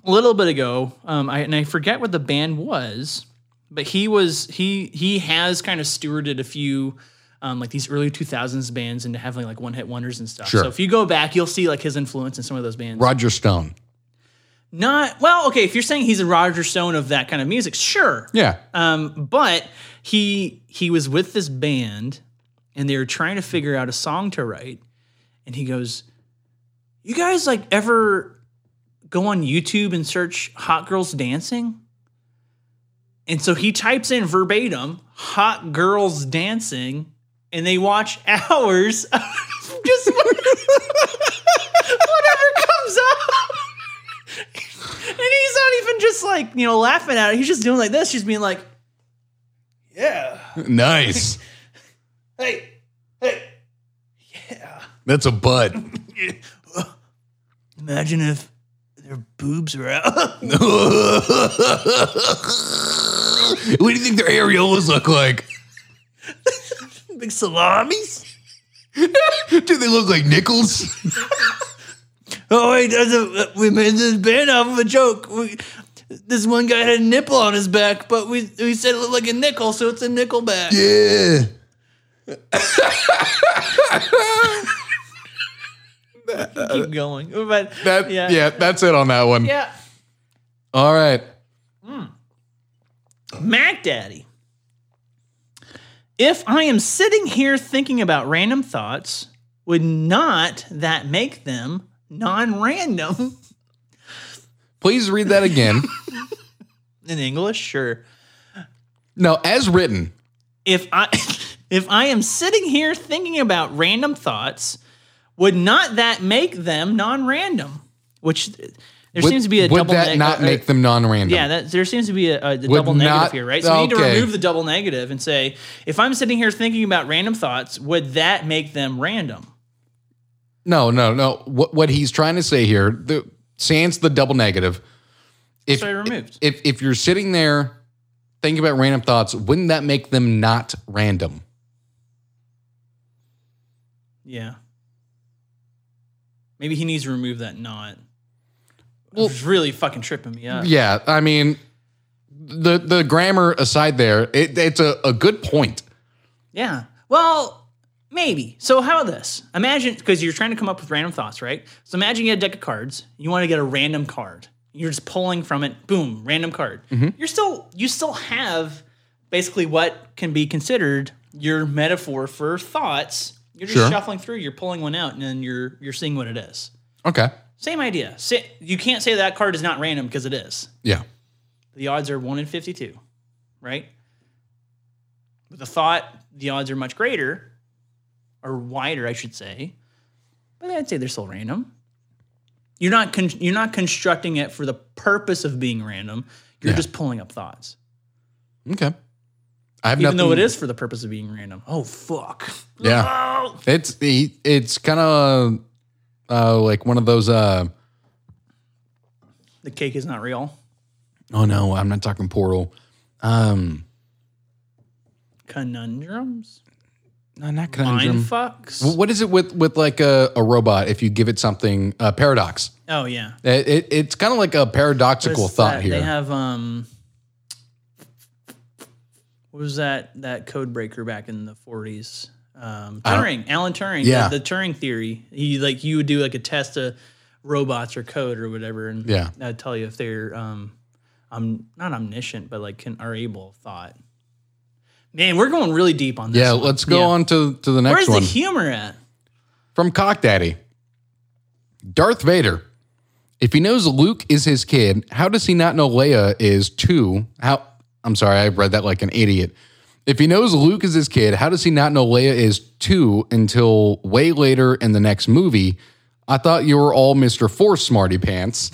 Speaker 1: a little bit ago, um, I, and I forget what the band was, but he was he he has kind of stewarded a few. Um, like these early 2000s bands into having like one hit wonders and stuff.
Speaker 2: Sure.
Speaker 1: So if you go back, you'll see like his influence in some of those bands.
Speaker 2: Roger Stone.
Speaker 1: Not well, okay. If you're saying he's a Roger Stone of that kind of music, sure.
Speaker 2: Yeah.
Speaker 1: Um, but he he was with this band, and they were trying to figure out a song to write, and he goes, "You guys like ever go on YouTube and search hot girls dancing?" And so he types in verbatim "hot girls dancing," and they watch hours of just whatever comes up. And he's not even just like, you know, laughing at it. He's just doing like this. He's being like, yeah,
Speaker 2: nice.
Speaker 1: hey, hey.
Speaker 2: That's a butt.
Speaker 1: Imagine if their boobs were out.
Speaker 2: what do you think their areolas look like?
Speaker 1: Big salamis.
Speaker 2: Do they look like nickels?
Speaker 1: Oh, wait, that's a, we made this band off of a joke. We, this one guy had a nipple on his back, but we, we said it looked like a nickel, so it's a nickel back.
Speaker 2: Yeah.
Speaker 1: Keep going. But
Speaker 2: That, yeah.
Speaker 1: yeah.
Speaker 2: that's it on that one.
Speaker 1: Yeah.
Speaker 2: All right.
Speaker 1: Mac Daddy. If I am sitting here thinking about random thoughts, would not that make them non random?
Speaker 2: Please read that again.
Speaker 1: In English, sure.
Speaker 2: no, as written.
Speaker 1: If I if I am sitting here thinking about random thoughts, would not that make them non random? Which there
Speaker 2: would-
Speaker 1: seems to be a
Speaker 2: Would
Speaker 1: double
Speaker 2: that
Speaker 1: neg-
Speaker 2: not
Speaker 1: uh,
Speaker 2: make them non-random?
Speaker 1: Yeah, that, there seems to be a, a double
Speaker 2: not-
Speaker 1: negative here, right? So we need to
Speaker 2: okay.
Speaker 1: remove the double negative and say, if I'm sitting here thinking about random thoughts, would that make them random?
Speaker 2: No, no, no. What what he's trying to say here, the sans the double negative. If
Speaker 1: So I removed.
Speaker 2: if if you're sitting there thinking about random thoughts, wouldn't that make them not random?
Speaker 1: Yeah. Maybe he needs to remove that not.
Speaker 2: Well-
Speaker 1: it's really fucking tripping me up.
Speaker 2: Yeah, I mean, the the grammar aside, there, it, it's a, a good point.
Speaker 1: Yeah. Well, maybe. So how about this? Imagine because you're trying to come up with random thoughts, right? So imagine you had a deck of cards. You want to get a random card. You're just pulling from it. Boom, random card. You're still you still have basically what can be considered your metaphor for thoughts. You're just
Speaker 2: Sure.
Speaker 1: shuffling through. You're pulling one out, and then you're you're seeing what it is.
Speaker 2: Okay.
Speaker 1: Same idea. Say, you can't say that card is not random because it is.
Speaker 2: Yeah.
Speaker 1: the odds are 1 in 52, right? With a thought, the odds are much greater, or wider, I should say. But I'd say they're still random. You're not con- you're not constructing it for the purpose of being random. You're
Speaker 2: Yeah.
Speaker 1: just pulling up thoughts.
Speaker 2: Okay. I have
Speaker 1: Even
Speaker 2: nothing.
Speaker 1: though it is for the purpose of being random. Oh fuck.
Speaker 2: Yeah.
Speaker 1: Oh.
Speaker 2: It's he- it's kind of uh, like one of those. Uh,
Speaker 1: The cake is not real.
Speaker 2: oh no, I'm not talking Portal. Um,
Speaker 1: Conundrums?
Speaker 2: no, not
Speaker 1: Mind
Speaker 2: conundrum.
Speaker 1: fucks?
Speaker 2: What is it with with like a, a robot? If you give it something, a paradox.
Speaker 1: Oh yeah.
Speaker 2: It, it- it's kind of like a paradoxical
Speaker 1: What's
Speaker 2: thought
Speaker 1: that?
Speaker 2: here.
Speaker 1: They have um what was that that code breaker back in the 40s? Um
Speaker 2: I don't-
Speaker 1: Turing, Alan Turing,
Speaker 2: Yeah.
Speaker 1: the, the Turing theory. He like you would do like a test of robots or code or whatever and
Speaker 2: Yeah.
Speaker 1: that'd tell you if they're um um not omniscient but like can are able of thought. Man, we're going really deep on this.
Speaker 2: yeah,
Speaker 1: one.
Speaker 2: let's go
Speaker 1: Yeah.
Speaker 2: on to to the
Speaker 1: Where's
Speaker 2: next one
Speaker 1: the humor at?
Speaker 2: from Cock Daddy. Darth Vader. If he knows Luke is his kid, how does he not know Leia is two? How I'm sorry, I read that like an idiot. If he knows Luke is his kid, how does he not know Leia is two until way later in the next movie? I thought you were all Mr. Force Smarty Pants.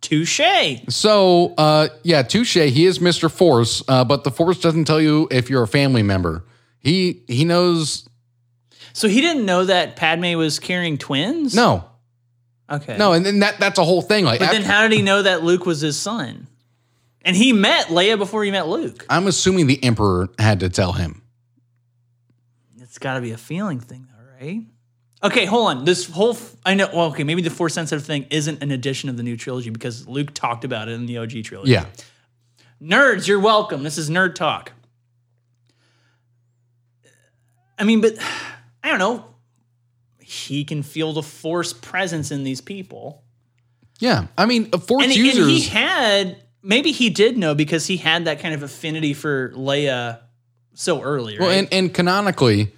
Speaker 1: Touche.
Speaker 2: So, uh, yeah, touche. He is Mr. Force, uh, but the Force doesn't tell you if you're a family member. He he knows.
Speaker 1: So he didn't know that Padme was carrying twins?
Speaker 2: No,
Speaker 1: Okay.
Speaker 2: no, and then that that's a whole thing. Like,
Speaker 1: But then
Speaker 2: after-
Speaker 1: how did he know that Luke was his son? And he met Leia before he met Luke.
Speaker 2: I'm assuming the Emperor had to tell him.
Speaker 1: It's got to be a feeling thing, though, right? Okay, hold on. This whole f- I know. Well, okay, maybe the force sensitive thing isn't an addition of the new trilogy because Luke talked about it in the OG trilogy.
Speaker 2: Yeah,
Speaker 1: Nerds, you're welcome. This is nerd talk. I mean, but I don't know. He can feel the force presence in these people.
Speaker 2: yeah. I mean, uh, Force
Speaker 1: and,
Speaker 2: users.
Speaker 1: and he had maybe he did know because he had that kind of affinity for Leia so early, right?
Speaker 2: well, and and canonically,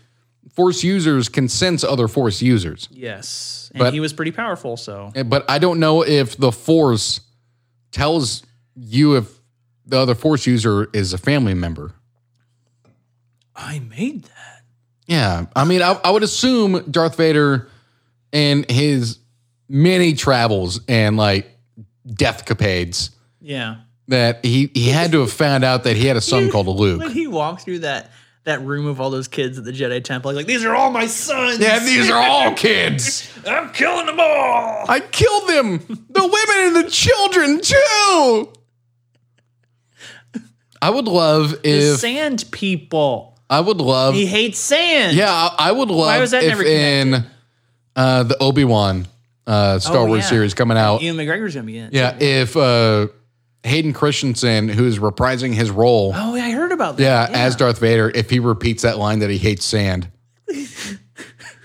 Speaker 2: Force users can sense other Force users.
Speaker 1: yes, and
Speaker 2: but-
Speaker 1: he was pretty powerful. So
Speaker 2: Uh, But I don't know if the Force tells you if the other Force user is a family member.
Speaker 1: I made that.
Speaker 2: Yeah, I mean, I, I would assume Darth Vader and his many travels and like death capades
Speaker 1: Yeah,
Speaker 2: that he he had to have found out that he had a son called
Speaker 1: when
Speaker 2: Luke.
Speaker 1: he walked through that that room of all those kids at the Jedi Temple, he's like, "These are all my sons.
Speaker 2: Yeah, these are all kids.
Speaker 1: I'm killing them all."
Speaker 2: I killed them. The women and the children too. I would love
Speaker 1: The
Speaker 2: if
Speaker 1: sand people.
Speaker 2: I would love.
Speaker 1: He hates sand.
Speaker 2: Yeah, I, I would love
Speaker 1: was that
Speaker 2: if
Speaker 1: never
Speaker 2: in uh, the Obi Wan uh, Star
Speaker 1: Oh,
Speaker 2: Wars
Speaker 1: yeah.
Speaker 2: series coming out.
Speaker 1: Ian McGregor's gonna be in. it.
Speaker 2: Yeah, if uh, Hayden Christensen, who's reprising his role,
Speaker 1: Oh, yeah, I heard about that.
Speaker 2: yeah, as Darth Vader, if he repeats that line that he hates sand,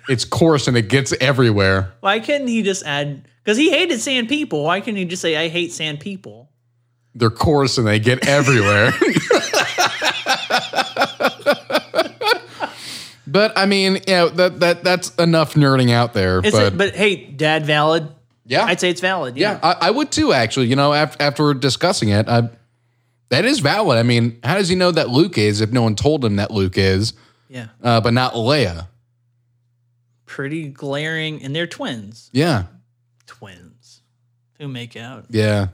Speaker 2: it's coarse and it gets everywhere.
Speaker 1: Why couldn't he just add? Because he hated sand people. Why couldn't he just say, "I hate sand people"?
Speaker 2: They're coarse and they get everywhere. but I mean, yeah, that that that's enough nerding out there.
Speaker 1: It's
Speaker 2: but, Ah.
Speaker 1: but, but hey, dad, valid.
Speaker 2: yeah,
Speaker 1: I'd say it's valid.
Speaker 2: yeah, I, I would too. Actually, you know, after after discussing it, I that is valid. I mean, how does he know that Luke is if no one told him that Luke is?
Speaker 1: yeah,
Speaker 2: uh, but not Leia.
Speaker 1: Pretty glaring, and they're twins.
Speaker 2: Yeah,
Speaker 1: Twins who make out.
Speaker 2: yeah,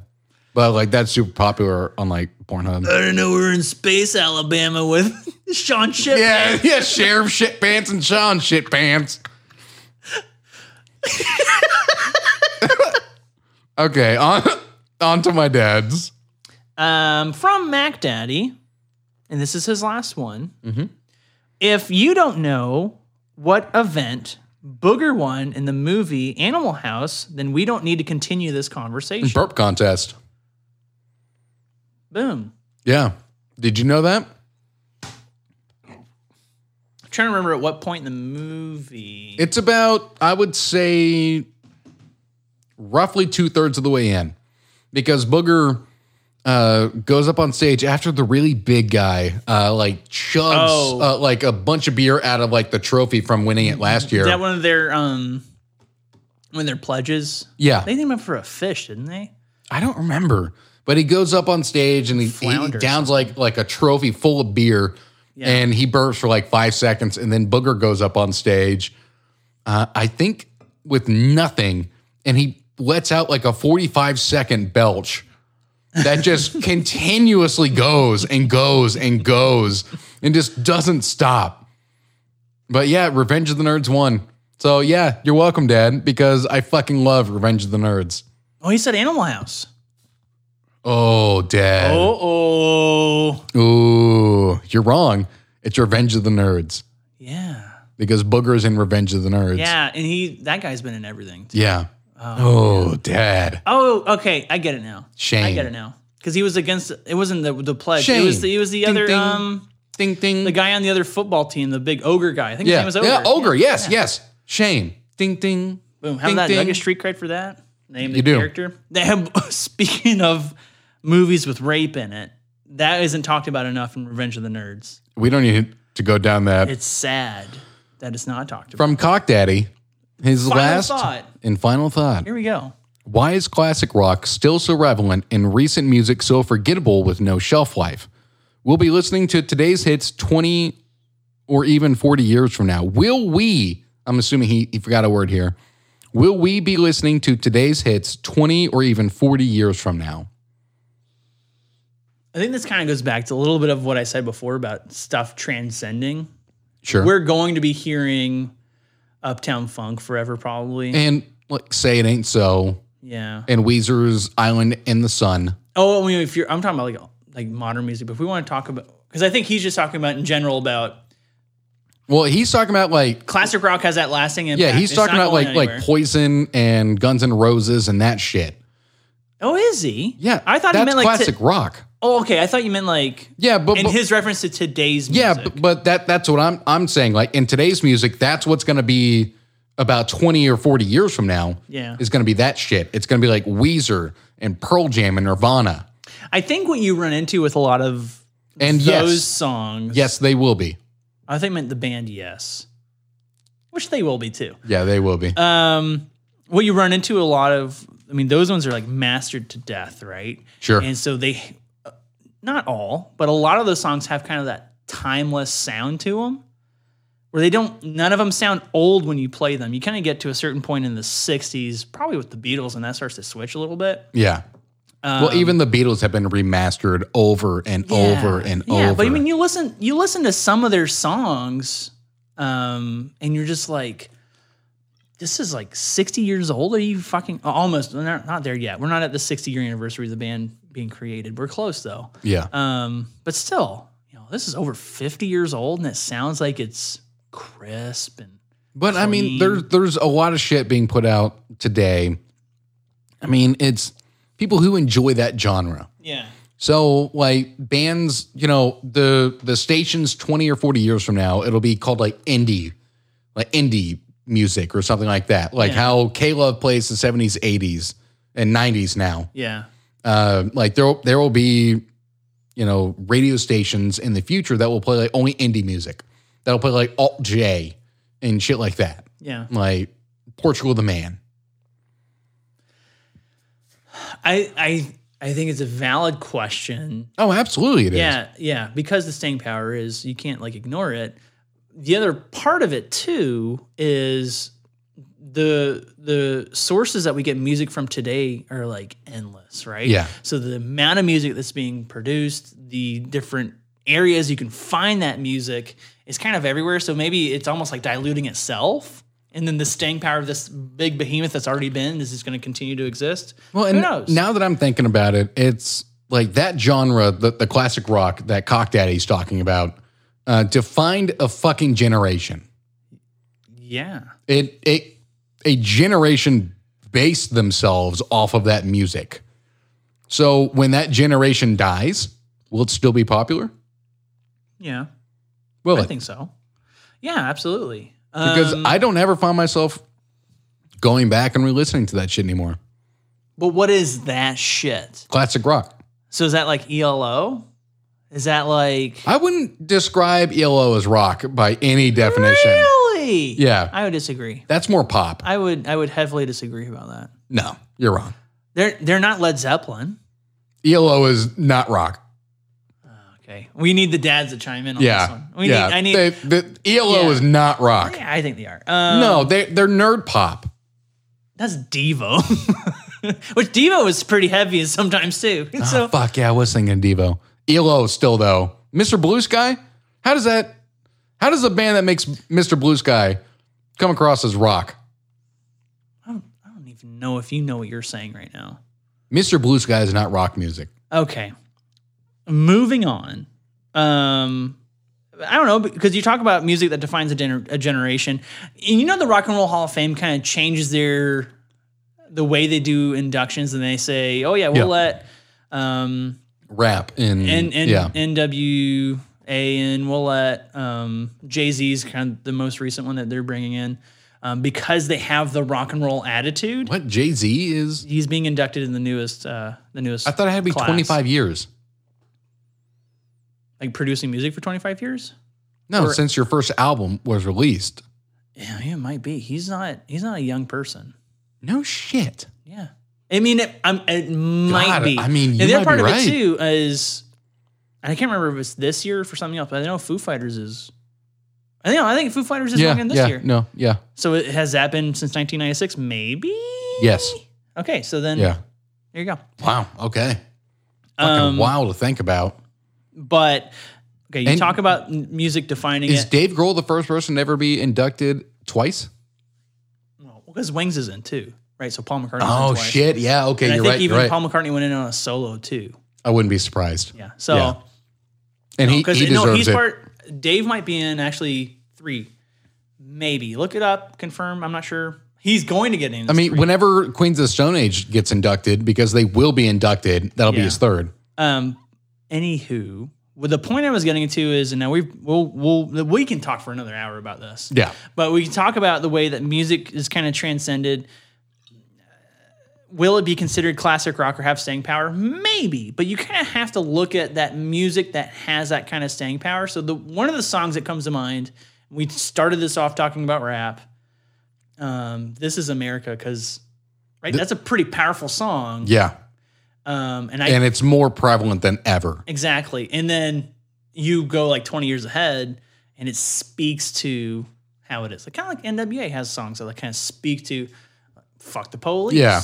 Speaker 2: but like that's super popular on like Pornhub.
Speaker 1: I don't know. We're in space, Alabama, with Sean Ship.
Speaker 2: Yeah, yeah, Sheriff shit pants and Sean shit pants. okay, on on to my dad's.
Speaker 1: Um, from Mac Daddy, and this is his last one.
Speaker 2: Mm-hmm.
Speaker 1: If you don't know what event Booger won in the movie Animal House, then we don't need to continue this conversation.
Speaker 2: burp contest.
Speaker 1: Boom.
Speaker 2: Yeah, did you know that?
Speaker 1: I'm trying to remember at what point in the movie.
Speaker 2: It's about, I would say, roughly two thirds of the way in, because Booger uh, goes up on stage after the really big guy, uh, like chugs
Speaker 1: Oh.
Speaker 2: uh, like a bunch of beer out of like the trophy from winning it last year.
Speaker 1: Is that one of their um one of their pledges?
Speaker 2: yeah,
Speaker 1: They named him for a fish, didn't they?
Speaker 2: I don't remember, but he goes up on stage and he, he
Speaker 1: Flounder or
Speaker 2: downs like like a trophy full of beer, and he burps for like five seconds, and then Booger goes up on stage, uh, I think with nothing, and he lets out like a forty five second belch, that just continuously goes and goes and goes and just doesn't stop. But yeah, Revenge of the Nerds won. So yeah, you're welcome, Dad, because I fucking love Revenge of the Nerds.
Speaker 1: Oh, he said Animal House.
Speaker 2: Oh, Dad.
Speaker 1: Oh, oh.
Speaker 2: Ooh, you're wrong. It's Revenge of the Nerds
Speaker 1: Yeah.
Speaker 2: because Booger's in Revenge of the Nerds.
Speaker 1: Yeah, and he that guy's been in everything. too.
Speaker 2: Yeah. Oh, Dad.
Speaker 1: Oh, okay, I get it now.
Speaker 2: Shame.
Speaker 1: I get it now. Because he was against it wasn't the the pledge.
Speaker 2: Shame.
Speaker 1: It was the, he was the
Speaker 2: Ding,
Speaker 1: other
Speaker 2: ding.
Speaker 1: um
Speaker 2: Ding ding.
Speaker 1: the guy on the other football team, the big ogre guy. I think
Speaker 2: yeah.
Speaker 1: his name was
Speaker 2: Yeah,
Speaker 1: Ogre.
Speaker 2: ogre. Yes, yes. Shame. Ding ding.
Speaker 1: Boom. Have
Speaker 2: Ding,
Speaker 1: that. Do I
Speaker 2: ding.
Speaker 1: get street cred for that? Name
Speaker 2: You
Speaker 1: the
Speaker 2: do.
Speaker 1: character. They have, speaking of movies with rape in it, that isn't talked about enough in Revenge of the Nerds.
Speaker 2: We don't need to go down that.
Speaker 1: It's sad that it's not talked about.
Speaker 2: From Cock Daddy, his
Speaker 1: Final
Speaker 2: last
Speaker 1: thought.
Speaker 2: and final thought.
Speaker 1: Here we go.
Speaker 2: Why is classic rock still so relevant and recent music so forgettable with no shelf life? We'll be listening to today's hits 20 or even 40 years from now. Will we, I'm assuming he, he forgot a word here, will we be listening to today's hits 20 or even 40 years from now?
Speaker 1: I think this kind of goes back to a little bit of what I said before about stuff transcending.
Speaker 2: Sure.
Speaker 1: We're going to be hearing Uptown Funk forever, probably.
Speaker 2: and like say it ain't so,
Speaker 1: yeah.
Speaker 2: and Weezer's Island in the Sun.
Speaker 1: Oh, I mean, if you're, I'm talking about like like modern music, but if we want to talk about, because I think he's just talking about in general about
Speaker 2: Well, he's talking about like
Speaker 1: classic rock has that lasting impact.
Speaker 2: Yeah, he's
Speaker 1: It's
Speaker 2: talking
Speaker 1: not
Speaker 2: about
Speaker 1: going
Speaker 2: like
Speaker 1: anywhere.
Speaker 2: like poison and Guns and Roses and that shit.
Speaker 1: Oh, is he?
Speaker 2: Yeah,
Speaker 1: I thought
Speaker 2: that's
Speaker 1: he meant like.
Speaker 2: classic
Speaker 1: To,
Speaker 2: rock.
Speaker 1: oh, okay. I thought you meant like.
Speaker 2: Yeah, but,
Speaker 1: In
Speaker 2: but-
Speaker 1: his reference to today's music.
Speaker 2: yeah, but, but that that's what I'm I'm saying. Like in today's music, that's what's going to be about twenty or forty years from now.
Speaker 1: Yeah.
Speaker 2: is going to be that shit. It's going to be like Weezer and Pearl Jam and Nirvana.
Speaker 1: I think what you run into with a lot of
Speaker 2: And
Speaker 1: those
Speaker 2: yes,
Speaker 1: songs.
Speaker 2: yes, they will be.
Speaker 1: I think meant the band Yes, which they will be too.
Speaker 2: Yeah, they will be.
Speaker 1: Um, what you run into a lot of, I mean, those ones are like mastered to death, right?
Speaker 2: Sure.
Speaker 1: And so they, uh, not all, but a lot of those songs have kind of that timeless sound to them, where they don't. None of them sound old when you play them. You kind of get to a certain point in the '60s, probably with the Beatles, and that starts to switch a little bit.
Speaker 2: yeah. well, even the Beatles have been remastered over and over
Speaker 1: Um, Yeah.
Speaker 2: and
Speaker 1: yeah,
Speaker 2: over.
Speaker 1: but I mean, you listen, you listen to some of their songs, um, and you're just like, this is like 60 years old. Are you fucking uh, almost? We're not, not there yet. We're not at the 60 year anniversary of the band being created. We're close though.
Speaker 2: yeah,
Speaker 1: Um, but still, you know, this is over 50 years old, and it sounds like it's crisp and
Speaker 2: But I mean, there's there's a lot of shit being put out today. I mean, it's people who enjoy that genre.
Speaker 1: yeah.
Speaker 2: So like bands, you know, the the stations twenty or forty years from now, it'll be called like indie, like indie music or something like that. Like how K Love plays the seventies, eighties, and nineties now.
Speaker 1: Yeah.
Speaker 2: Uh, like there there will be, you know, radio stations in the future that will play like only indie music. That'll play like alt J and shit like that
Speaker 1: Yeah.
Speaker 2: like Portugal the Man.
Speaker 1: I I I think it's a valid question.
Speaker 2: Oh, absolutely it is.
Speaker 1: Yeah, yeah, because the staying power is you can't like ignore it. The other part of it too is the the sources that we get music from today are like endless, right?
Speaker 2: Yeah.
Speaker 1: So the amount of music that's being produced, the different areas you can find that music is kind of everywhere. So maybe it's almost like diluting itself. And then the staying power of this big behemoth that's already been is just going to continue to exist.
Speaker 2: Well, and
Speaker 1: Who knows?
Speaker 2: now that I'm thinking about it, it's like that genre, the, the classic rock that Cock Daddy's talking about, uh, defined a fucking generation.
Speaker 1: yeah.
Speaker 2: It it a generation based themselves off of that music. So when that generation dies, will it still be popular?
Speaker 1: Yeah.
Speaker 2: Will
Speaker 1: I
Speaker 2: it?
Speaker 1: think so. Yeah, absolutely.
Speaker 2: Because
Speaker 1: Um,
Speaker 2: I don't ever find myself going back and re-listening to that shit anymore.
Speaker 1: but what is that shit?
Speaker 2: Classic rock.
Speaker 1: So is that like ELO? Is that like
Speaker 2: I wouldn't describe ELO as rock by any definition.
Speaker 1: really?
Speaker 2: Yeah.
Speaker 1: I would disagree.
Speaker 2: That's more pop.
Speaker 1: I would I would heavily disagree about that.
Speaker 2: No, you're wrong.
Speaker 1: They're they're not Led Zeppelin.
Speaker 2: ELO is not rock.
Speaker 1: Okay, we need the dads to chime in on this
Speaker 2: Yeah.
Speaker 1: one. Oh, We
Speaker 2: yeah.
Speaker 1: need I need.
Speaker 2: They- the, ELO
Speaker 1: Yeah.
Speaker 2: is not rock.
Speaker 1: yeah, I think they are. Um,
Speaker 2: No, they, they're nerd pop.
Speaker 1: that's Devo. Which Devo is pretty heavy sometimes too. so
Speaker 2: Ah, Fuck yeah, I was thinking Devo. E ELO still though. Mr. Blue Sky? How does that how does a band that makes Mr. Blue Sky come across as rock?
Speaker 1: I don't even know if you know what you're saying right now.
Speaker 2: Mr. Blue Sky is not rock music.
Speaker 1: Okay. Moving on. Um I don't know because you talk about music that defines a, gener- a generation. And you know the Rock and Roll Hall of Fame kind of changes their the way they do inductions and they say, "Oh yeah, we'll
Speaker 2: Yeah.
Speaker 1: let um
Speaker 2: Rap and,
Speaker 1: and and
Speaker 2: yeah.
Speaker 1: NWA and we'll let um, Jay Z's kind of the most recent one that they're bringing in um, because they have the rock and roll attitude.
Speaker 2: what Jay Z is?
Speaker 1: He's being inducted in the newest uh, the newest.
Speaker 2: I thought it had to be
Speaker 1: class.
Speaker 2: twenty five years.
Speaker 1: Like producing music for twenty five years.
Speaker 2: No,
Speaker 1: Or-
Speaker 2: since your first album was released.
Speaker 1: Yeah, yeah, it might be. He's not. He's not a young person.
Speaker 2: No shit.
Speaker 1: Yeah. I mean, it, um, it might
Speaker 2: God,
Speaker 1: be.
Speaker 2: I mean,
Speaker 1: And
Speaker 2: you
Speaker 1: the
Speaker 2: might
Speaker 1: other part
Speaker 2: be
Speaker 1: of
Speaker 2: right.
Speaker 1: it too is, and I can't remember if it's this year for something else, but I know Foo Fighters is. I know. I think Foo Fighters is
Speaker 2: yeah,
Speaker 1: fucking this
Speaker 2: yeah,
Speaker 1: year.
Speaker 2: no, yeah,
Speaker 1: So it, has that been since 1996? Maybe.
Speaker 2: yes,
Speaker 1: Okay, so then
Speaker 2: yeah.
Speaker 1: there you go.
Speaker 2: Wow. Okay. Fucking
Speaker 1: Um,
Speaker 2: wow to think about.
Speaker 1: But okay, you
Speaker 2: And-
Speaker 1: talk about m- music defining
Speaker 2: Is
Speaker 1: it
Speaker 2: Dave Grohl the first person to ever be inducted twice?
Speaker 1: because Wings is in too, right? So Paul McCartney.
Speaker 2: Oh shit! Yeah. Okay,
Speaker 1: And I
Speaker 2: you're
Speaker 1: think
Speaker 2: right.
Speaker 1: even
Speaker 2: You're right.
Speaker 1: Paul McCartney went in on a solo too.
Speaker 2: I wouldn't be surprised.
Speaker 1: Yeah. So
Speaker 2: Yeah. And he,
Speaker 1: because
Speaker 2: he deserves
Speaker 1: no, he's
Speaker 2: it.
Speaker 1: part. Dave might be in actually three, maybe. Look it up, confirm. I'm not sure. He's going to get in.
Speaker 2: I mean, whenever Queens of the Stone Age gets inducted, because they will be inducted, that'll be
Speaker 1: Yeah.
Speaker 2: his third.
Speaker 1: Um, anywho, well, the point I was getting to is, and now we we'll, we'll we can talk for another hour about this.
Speaker 2: Yeah.
Speaker 1: but we can talk about the way that music is kind of transcended. Will it be considered classic rock or have staying power? Maybe, but you kind of have to look at that music that has that kind of staying power. So the one of the songs that comes to mind, we started this off talking about rap. Um, this is America because, right? that's a pretty powerful song.
Speaker 2: Yeah.
Speaker 1: Um, and I
Speaker 2: And it's more prevalent than ever.
Speaker 1: Exactly. And then you go like 20 years ahead and it speaks to how it is. Like kind of like NWA has songs that kind of speak to fuck the police.
Speaker 2: Yeah.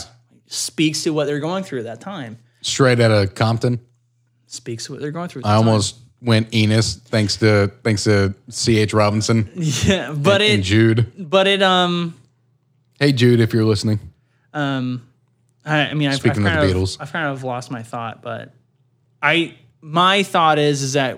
Speaker 1: Speaks to what they're going through at that time.
Speaker 2: Straight out of Compton.
Speaker 1: Speaks to what they're going through. At
Speaker 2: I
Speaker 1: that
Speaker 2: almost went Enos thanks to thanks to C.H. Robinson
Speaker 1: time. Yeah. But
Speaker 2: and
Speaker 1: it,
Speaker 2: Jude.
Speaker 1: but it, um,
Speaker 2: Hey Jude, if you're listening.
Speaker 1: um, I, I mean, I've, I've
Speaker 2: Speaking of
Speaker 1: kind
Speaker 2: the
Speaker 1: of,
Speaker 2: Beatles.
Speaker 1: I've kind of lost my thought, but I, my thought is, is that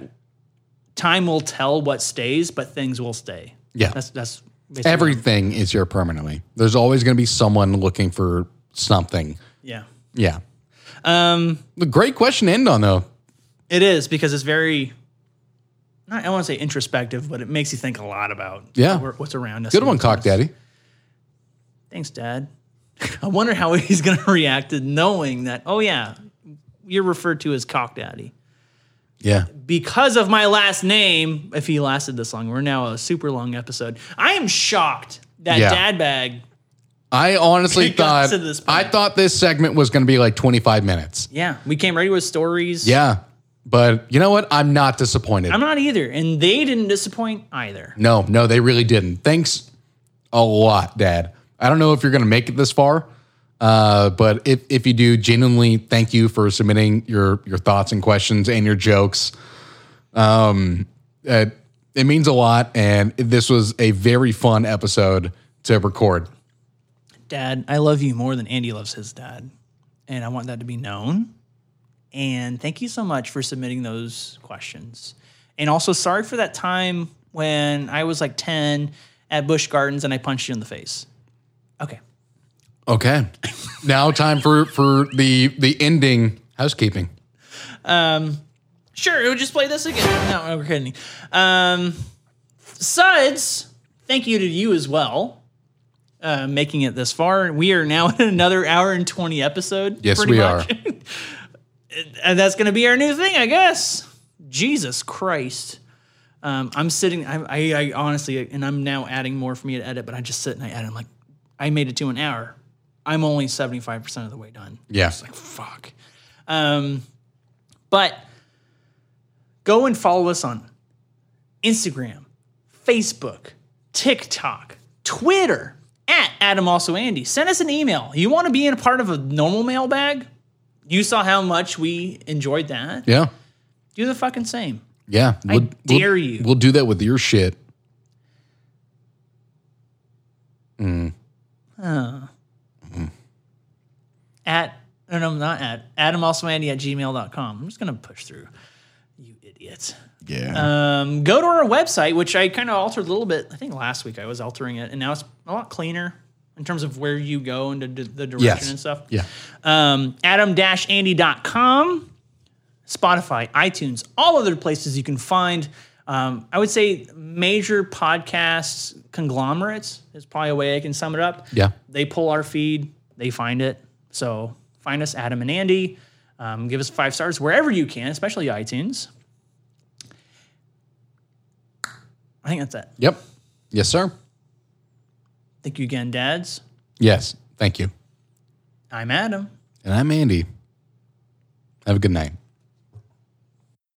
Speaker 1: time will tell what stays, but things will stay.
Speaker 2: Yeah.
Speaker 1: That's, that's basically
Speaker 2: Everything is here permanently. There's always going to be someone looking for something.
Speaker 1: yeah.
Speaker 2: Yeah.
Speaker 1: Um,
Speaker 2: The great question to end on though.
Speaker 1: It is because it's very. Not, I want to say introspective, but it makes you think a lot about
Speaker 2: Yeah.
Speaker 1: wh- what's around us.
Speaker 2: Good one, Cock Daddy.
Speaker 1: Thanks, Dad. I wonder how he's going to react to knowing that. Oh yeah, you're referred to as Cock Daddy
Speaker 2: Yeah.
Speaker 1: because of my last name. If he lasted this long, we're now a super long episode. I am shocked that
Speaker 2: Yeah.
Speaker 1: Dad Bag.
Speaker 2: I honestly
Speaker 1: Pick up
Speaker 2: thought
Speaker 1: to this point.
Speaker 2: I thought this segment was going to be like 25 minutes.
Speaker 1: Yeah, we came ready with stories.
Speaker 2: Yeah. But you know what? I'm not disappointed.
Speaker 1: I'm not either, and they didn't disappoint either.
Speaker 2: no, no, they really didn't. Thanks a lot, Dad. I don't know if you're going to make it this far, uh, but if, if you do, genuinely thank you for submitting your your thoughts and questions and your jokes. Um, it, it means a lot, and this was a very fun episode to record.
Speaker 1: Dad, I love you more than Andy loves his dad. And I want that to be known. And thank you so much for submitting those questions. And also, sorry for that time when I was like 10 at Busch Gardens and I punched you in the face. Okay.
Speaker 2: Okay, now time for for the the ending housekeeping.
Speaker 1: Sure, we'll just play this again. No, we're kidding. Um, Suds, thank you to you as well. Uh, making it this far. We are now at another hour and 20 episode.
Speaker 2: Yes, we are.
Speaker 1: and that's going to be our new thing, I guess. Jesus Christ. Um, I'm sitting, I, I, I honestly, and I'm now adding more for me to edit, but I just sit and I edit. I'm like, I made it to an hour. I'm only 75% of the way done.
Speaker 2: Yeah.
Speaker 1: Fuck. Um, but go and follow us on Instagram, Facebook, TikTok, Twitter, at Adam Also Andy. Send us an email. You want to be in a part of a normal mailbag? You saw how much we enjoyed that.
Speaker 2: Yeah.
Speaker 1: Do the fucking same.
Speaker 2: Yeah. We'll,
Speaker 1: dare
Speaker 2: we'll,
Speaker 1: you.
Speaker 2: We'll do that with your shit.
Speaker 1: At no, no, not at Adam Also Andy at gmail.com. I'm just gonna push through. You idiots.
Speaker 2: Yeah.
Speaker 1: Um, go to our website, which I kind of altered a little bit. I think last week I was altering it, and now it's a lot cleaner in terms of where you go and the, the direction
Speaker 2: Yes.
Speaker 1: and stuff.
Speaker 2: yeah.
Speaker 1: um, adam-andy.com, Spotify, iTunes, all other places you can find. Um, I would say major podcasts conglomerates is probably a way I can sum it up.
Speaker 2: Yeah.
Speaker 1: They pull our feed, they find it. So find us, Adam and Andy. Um, give us five stars wherever you can, especially iTunes. I think that's it.
Speaker 2: Yep. Yes, sir.
Speaker 1: Thank you again, Dads.
Speaker 2: Yes. Thank you.
Speaker 1: I'm Adam.
Speaker 2: And I'm Andy. Have a good night.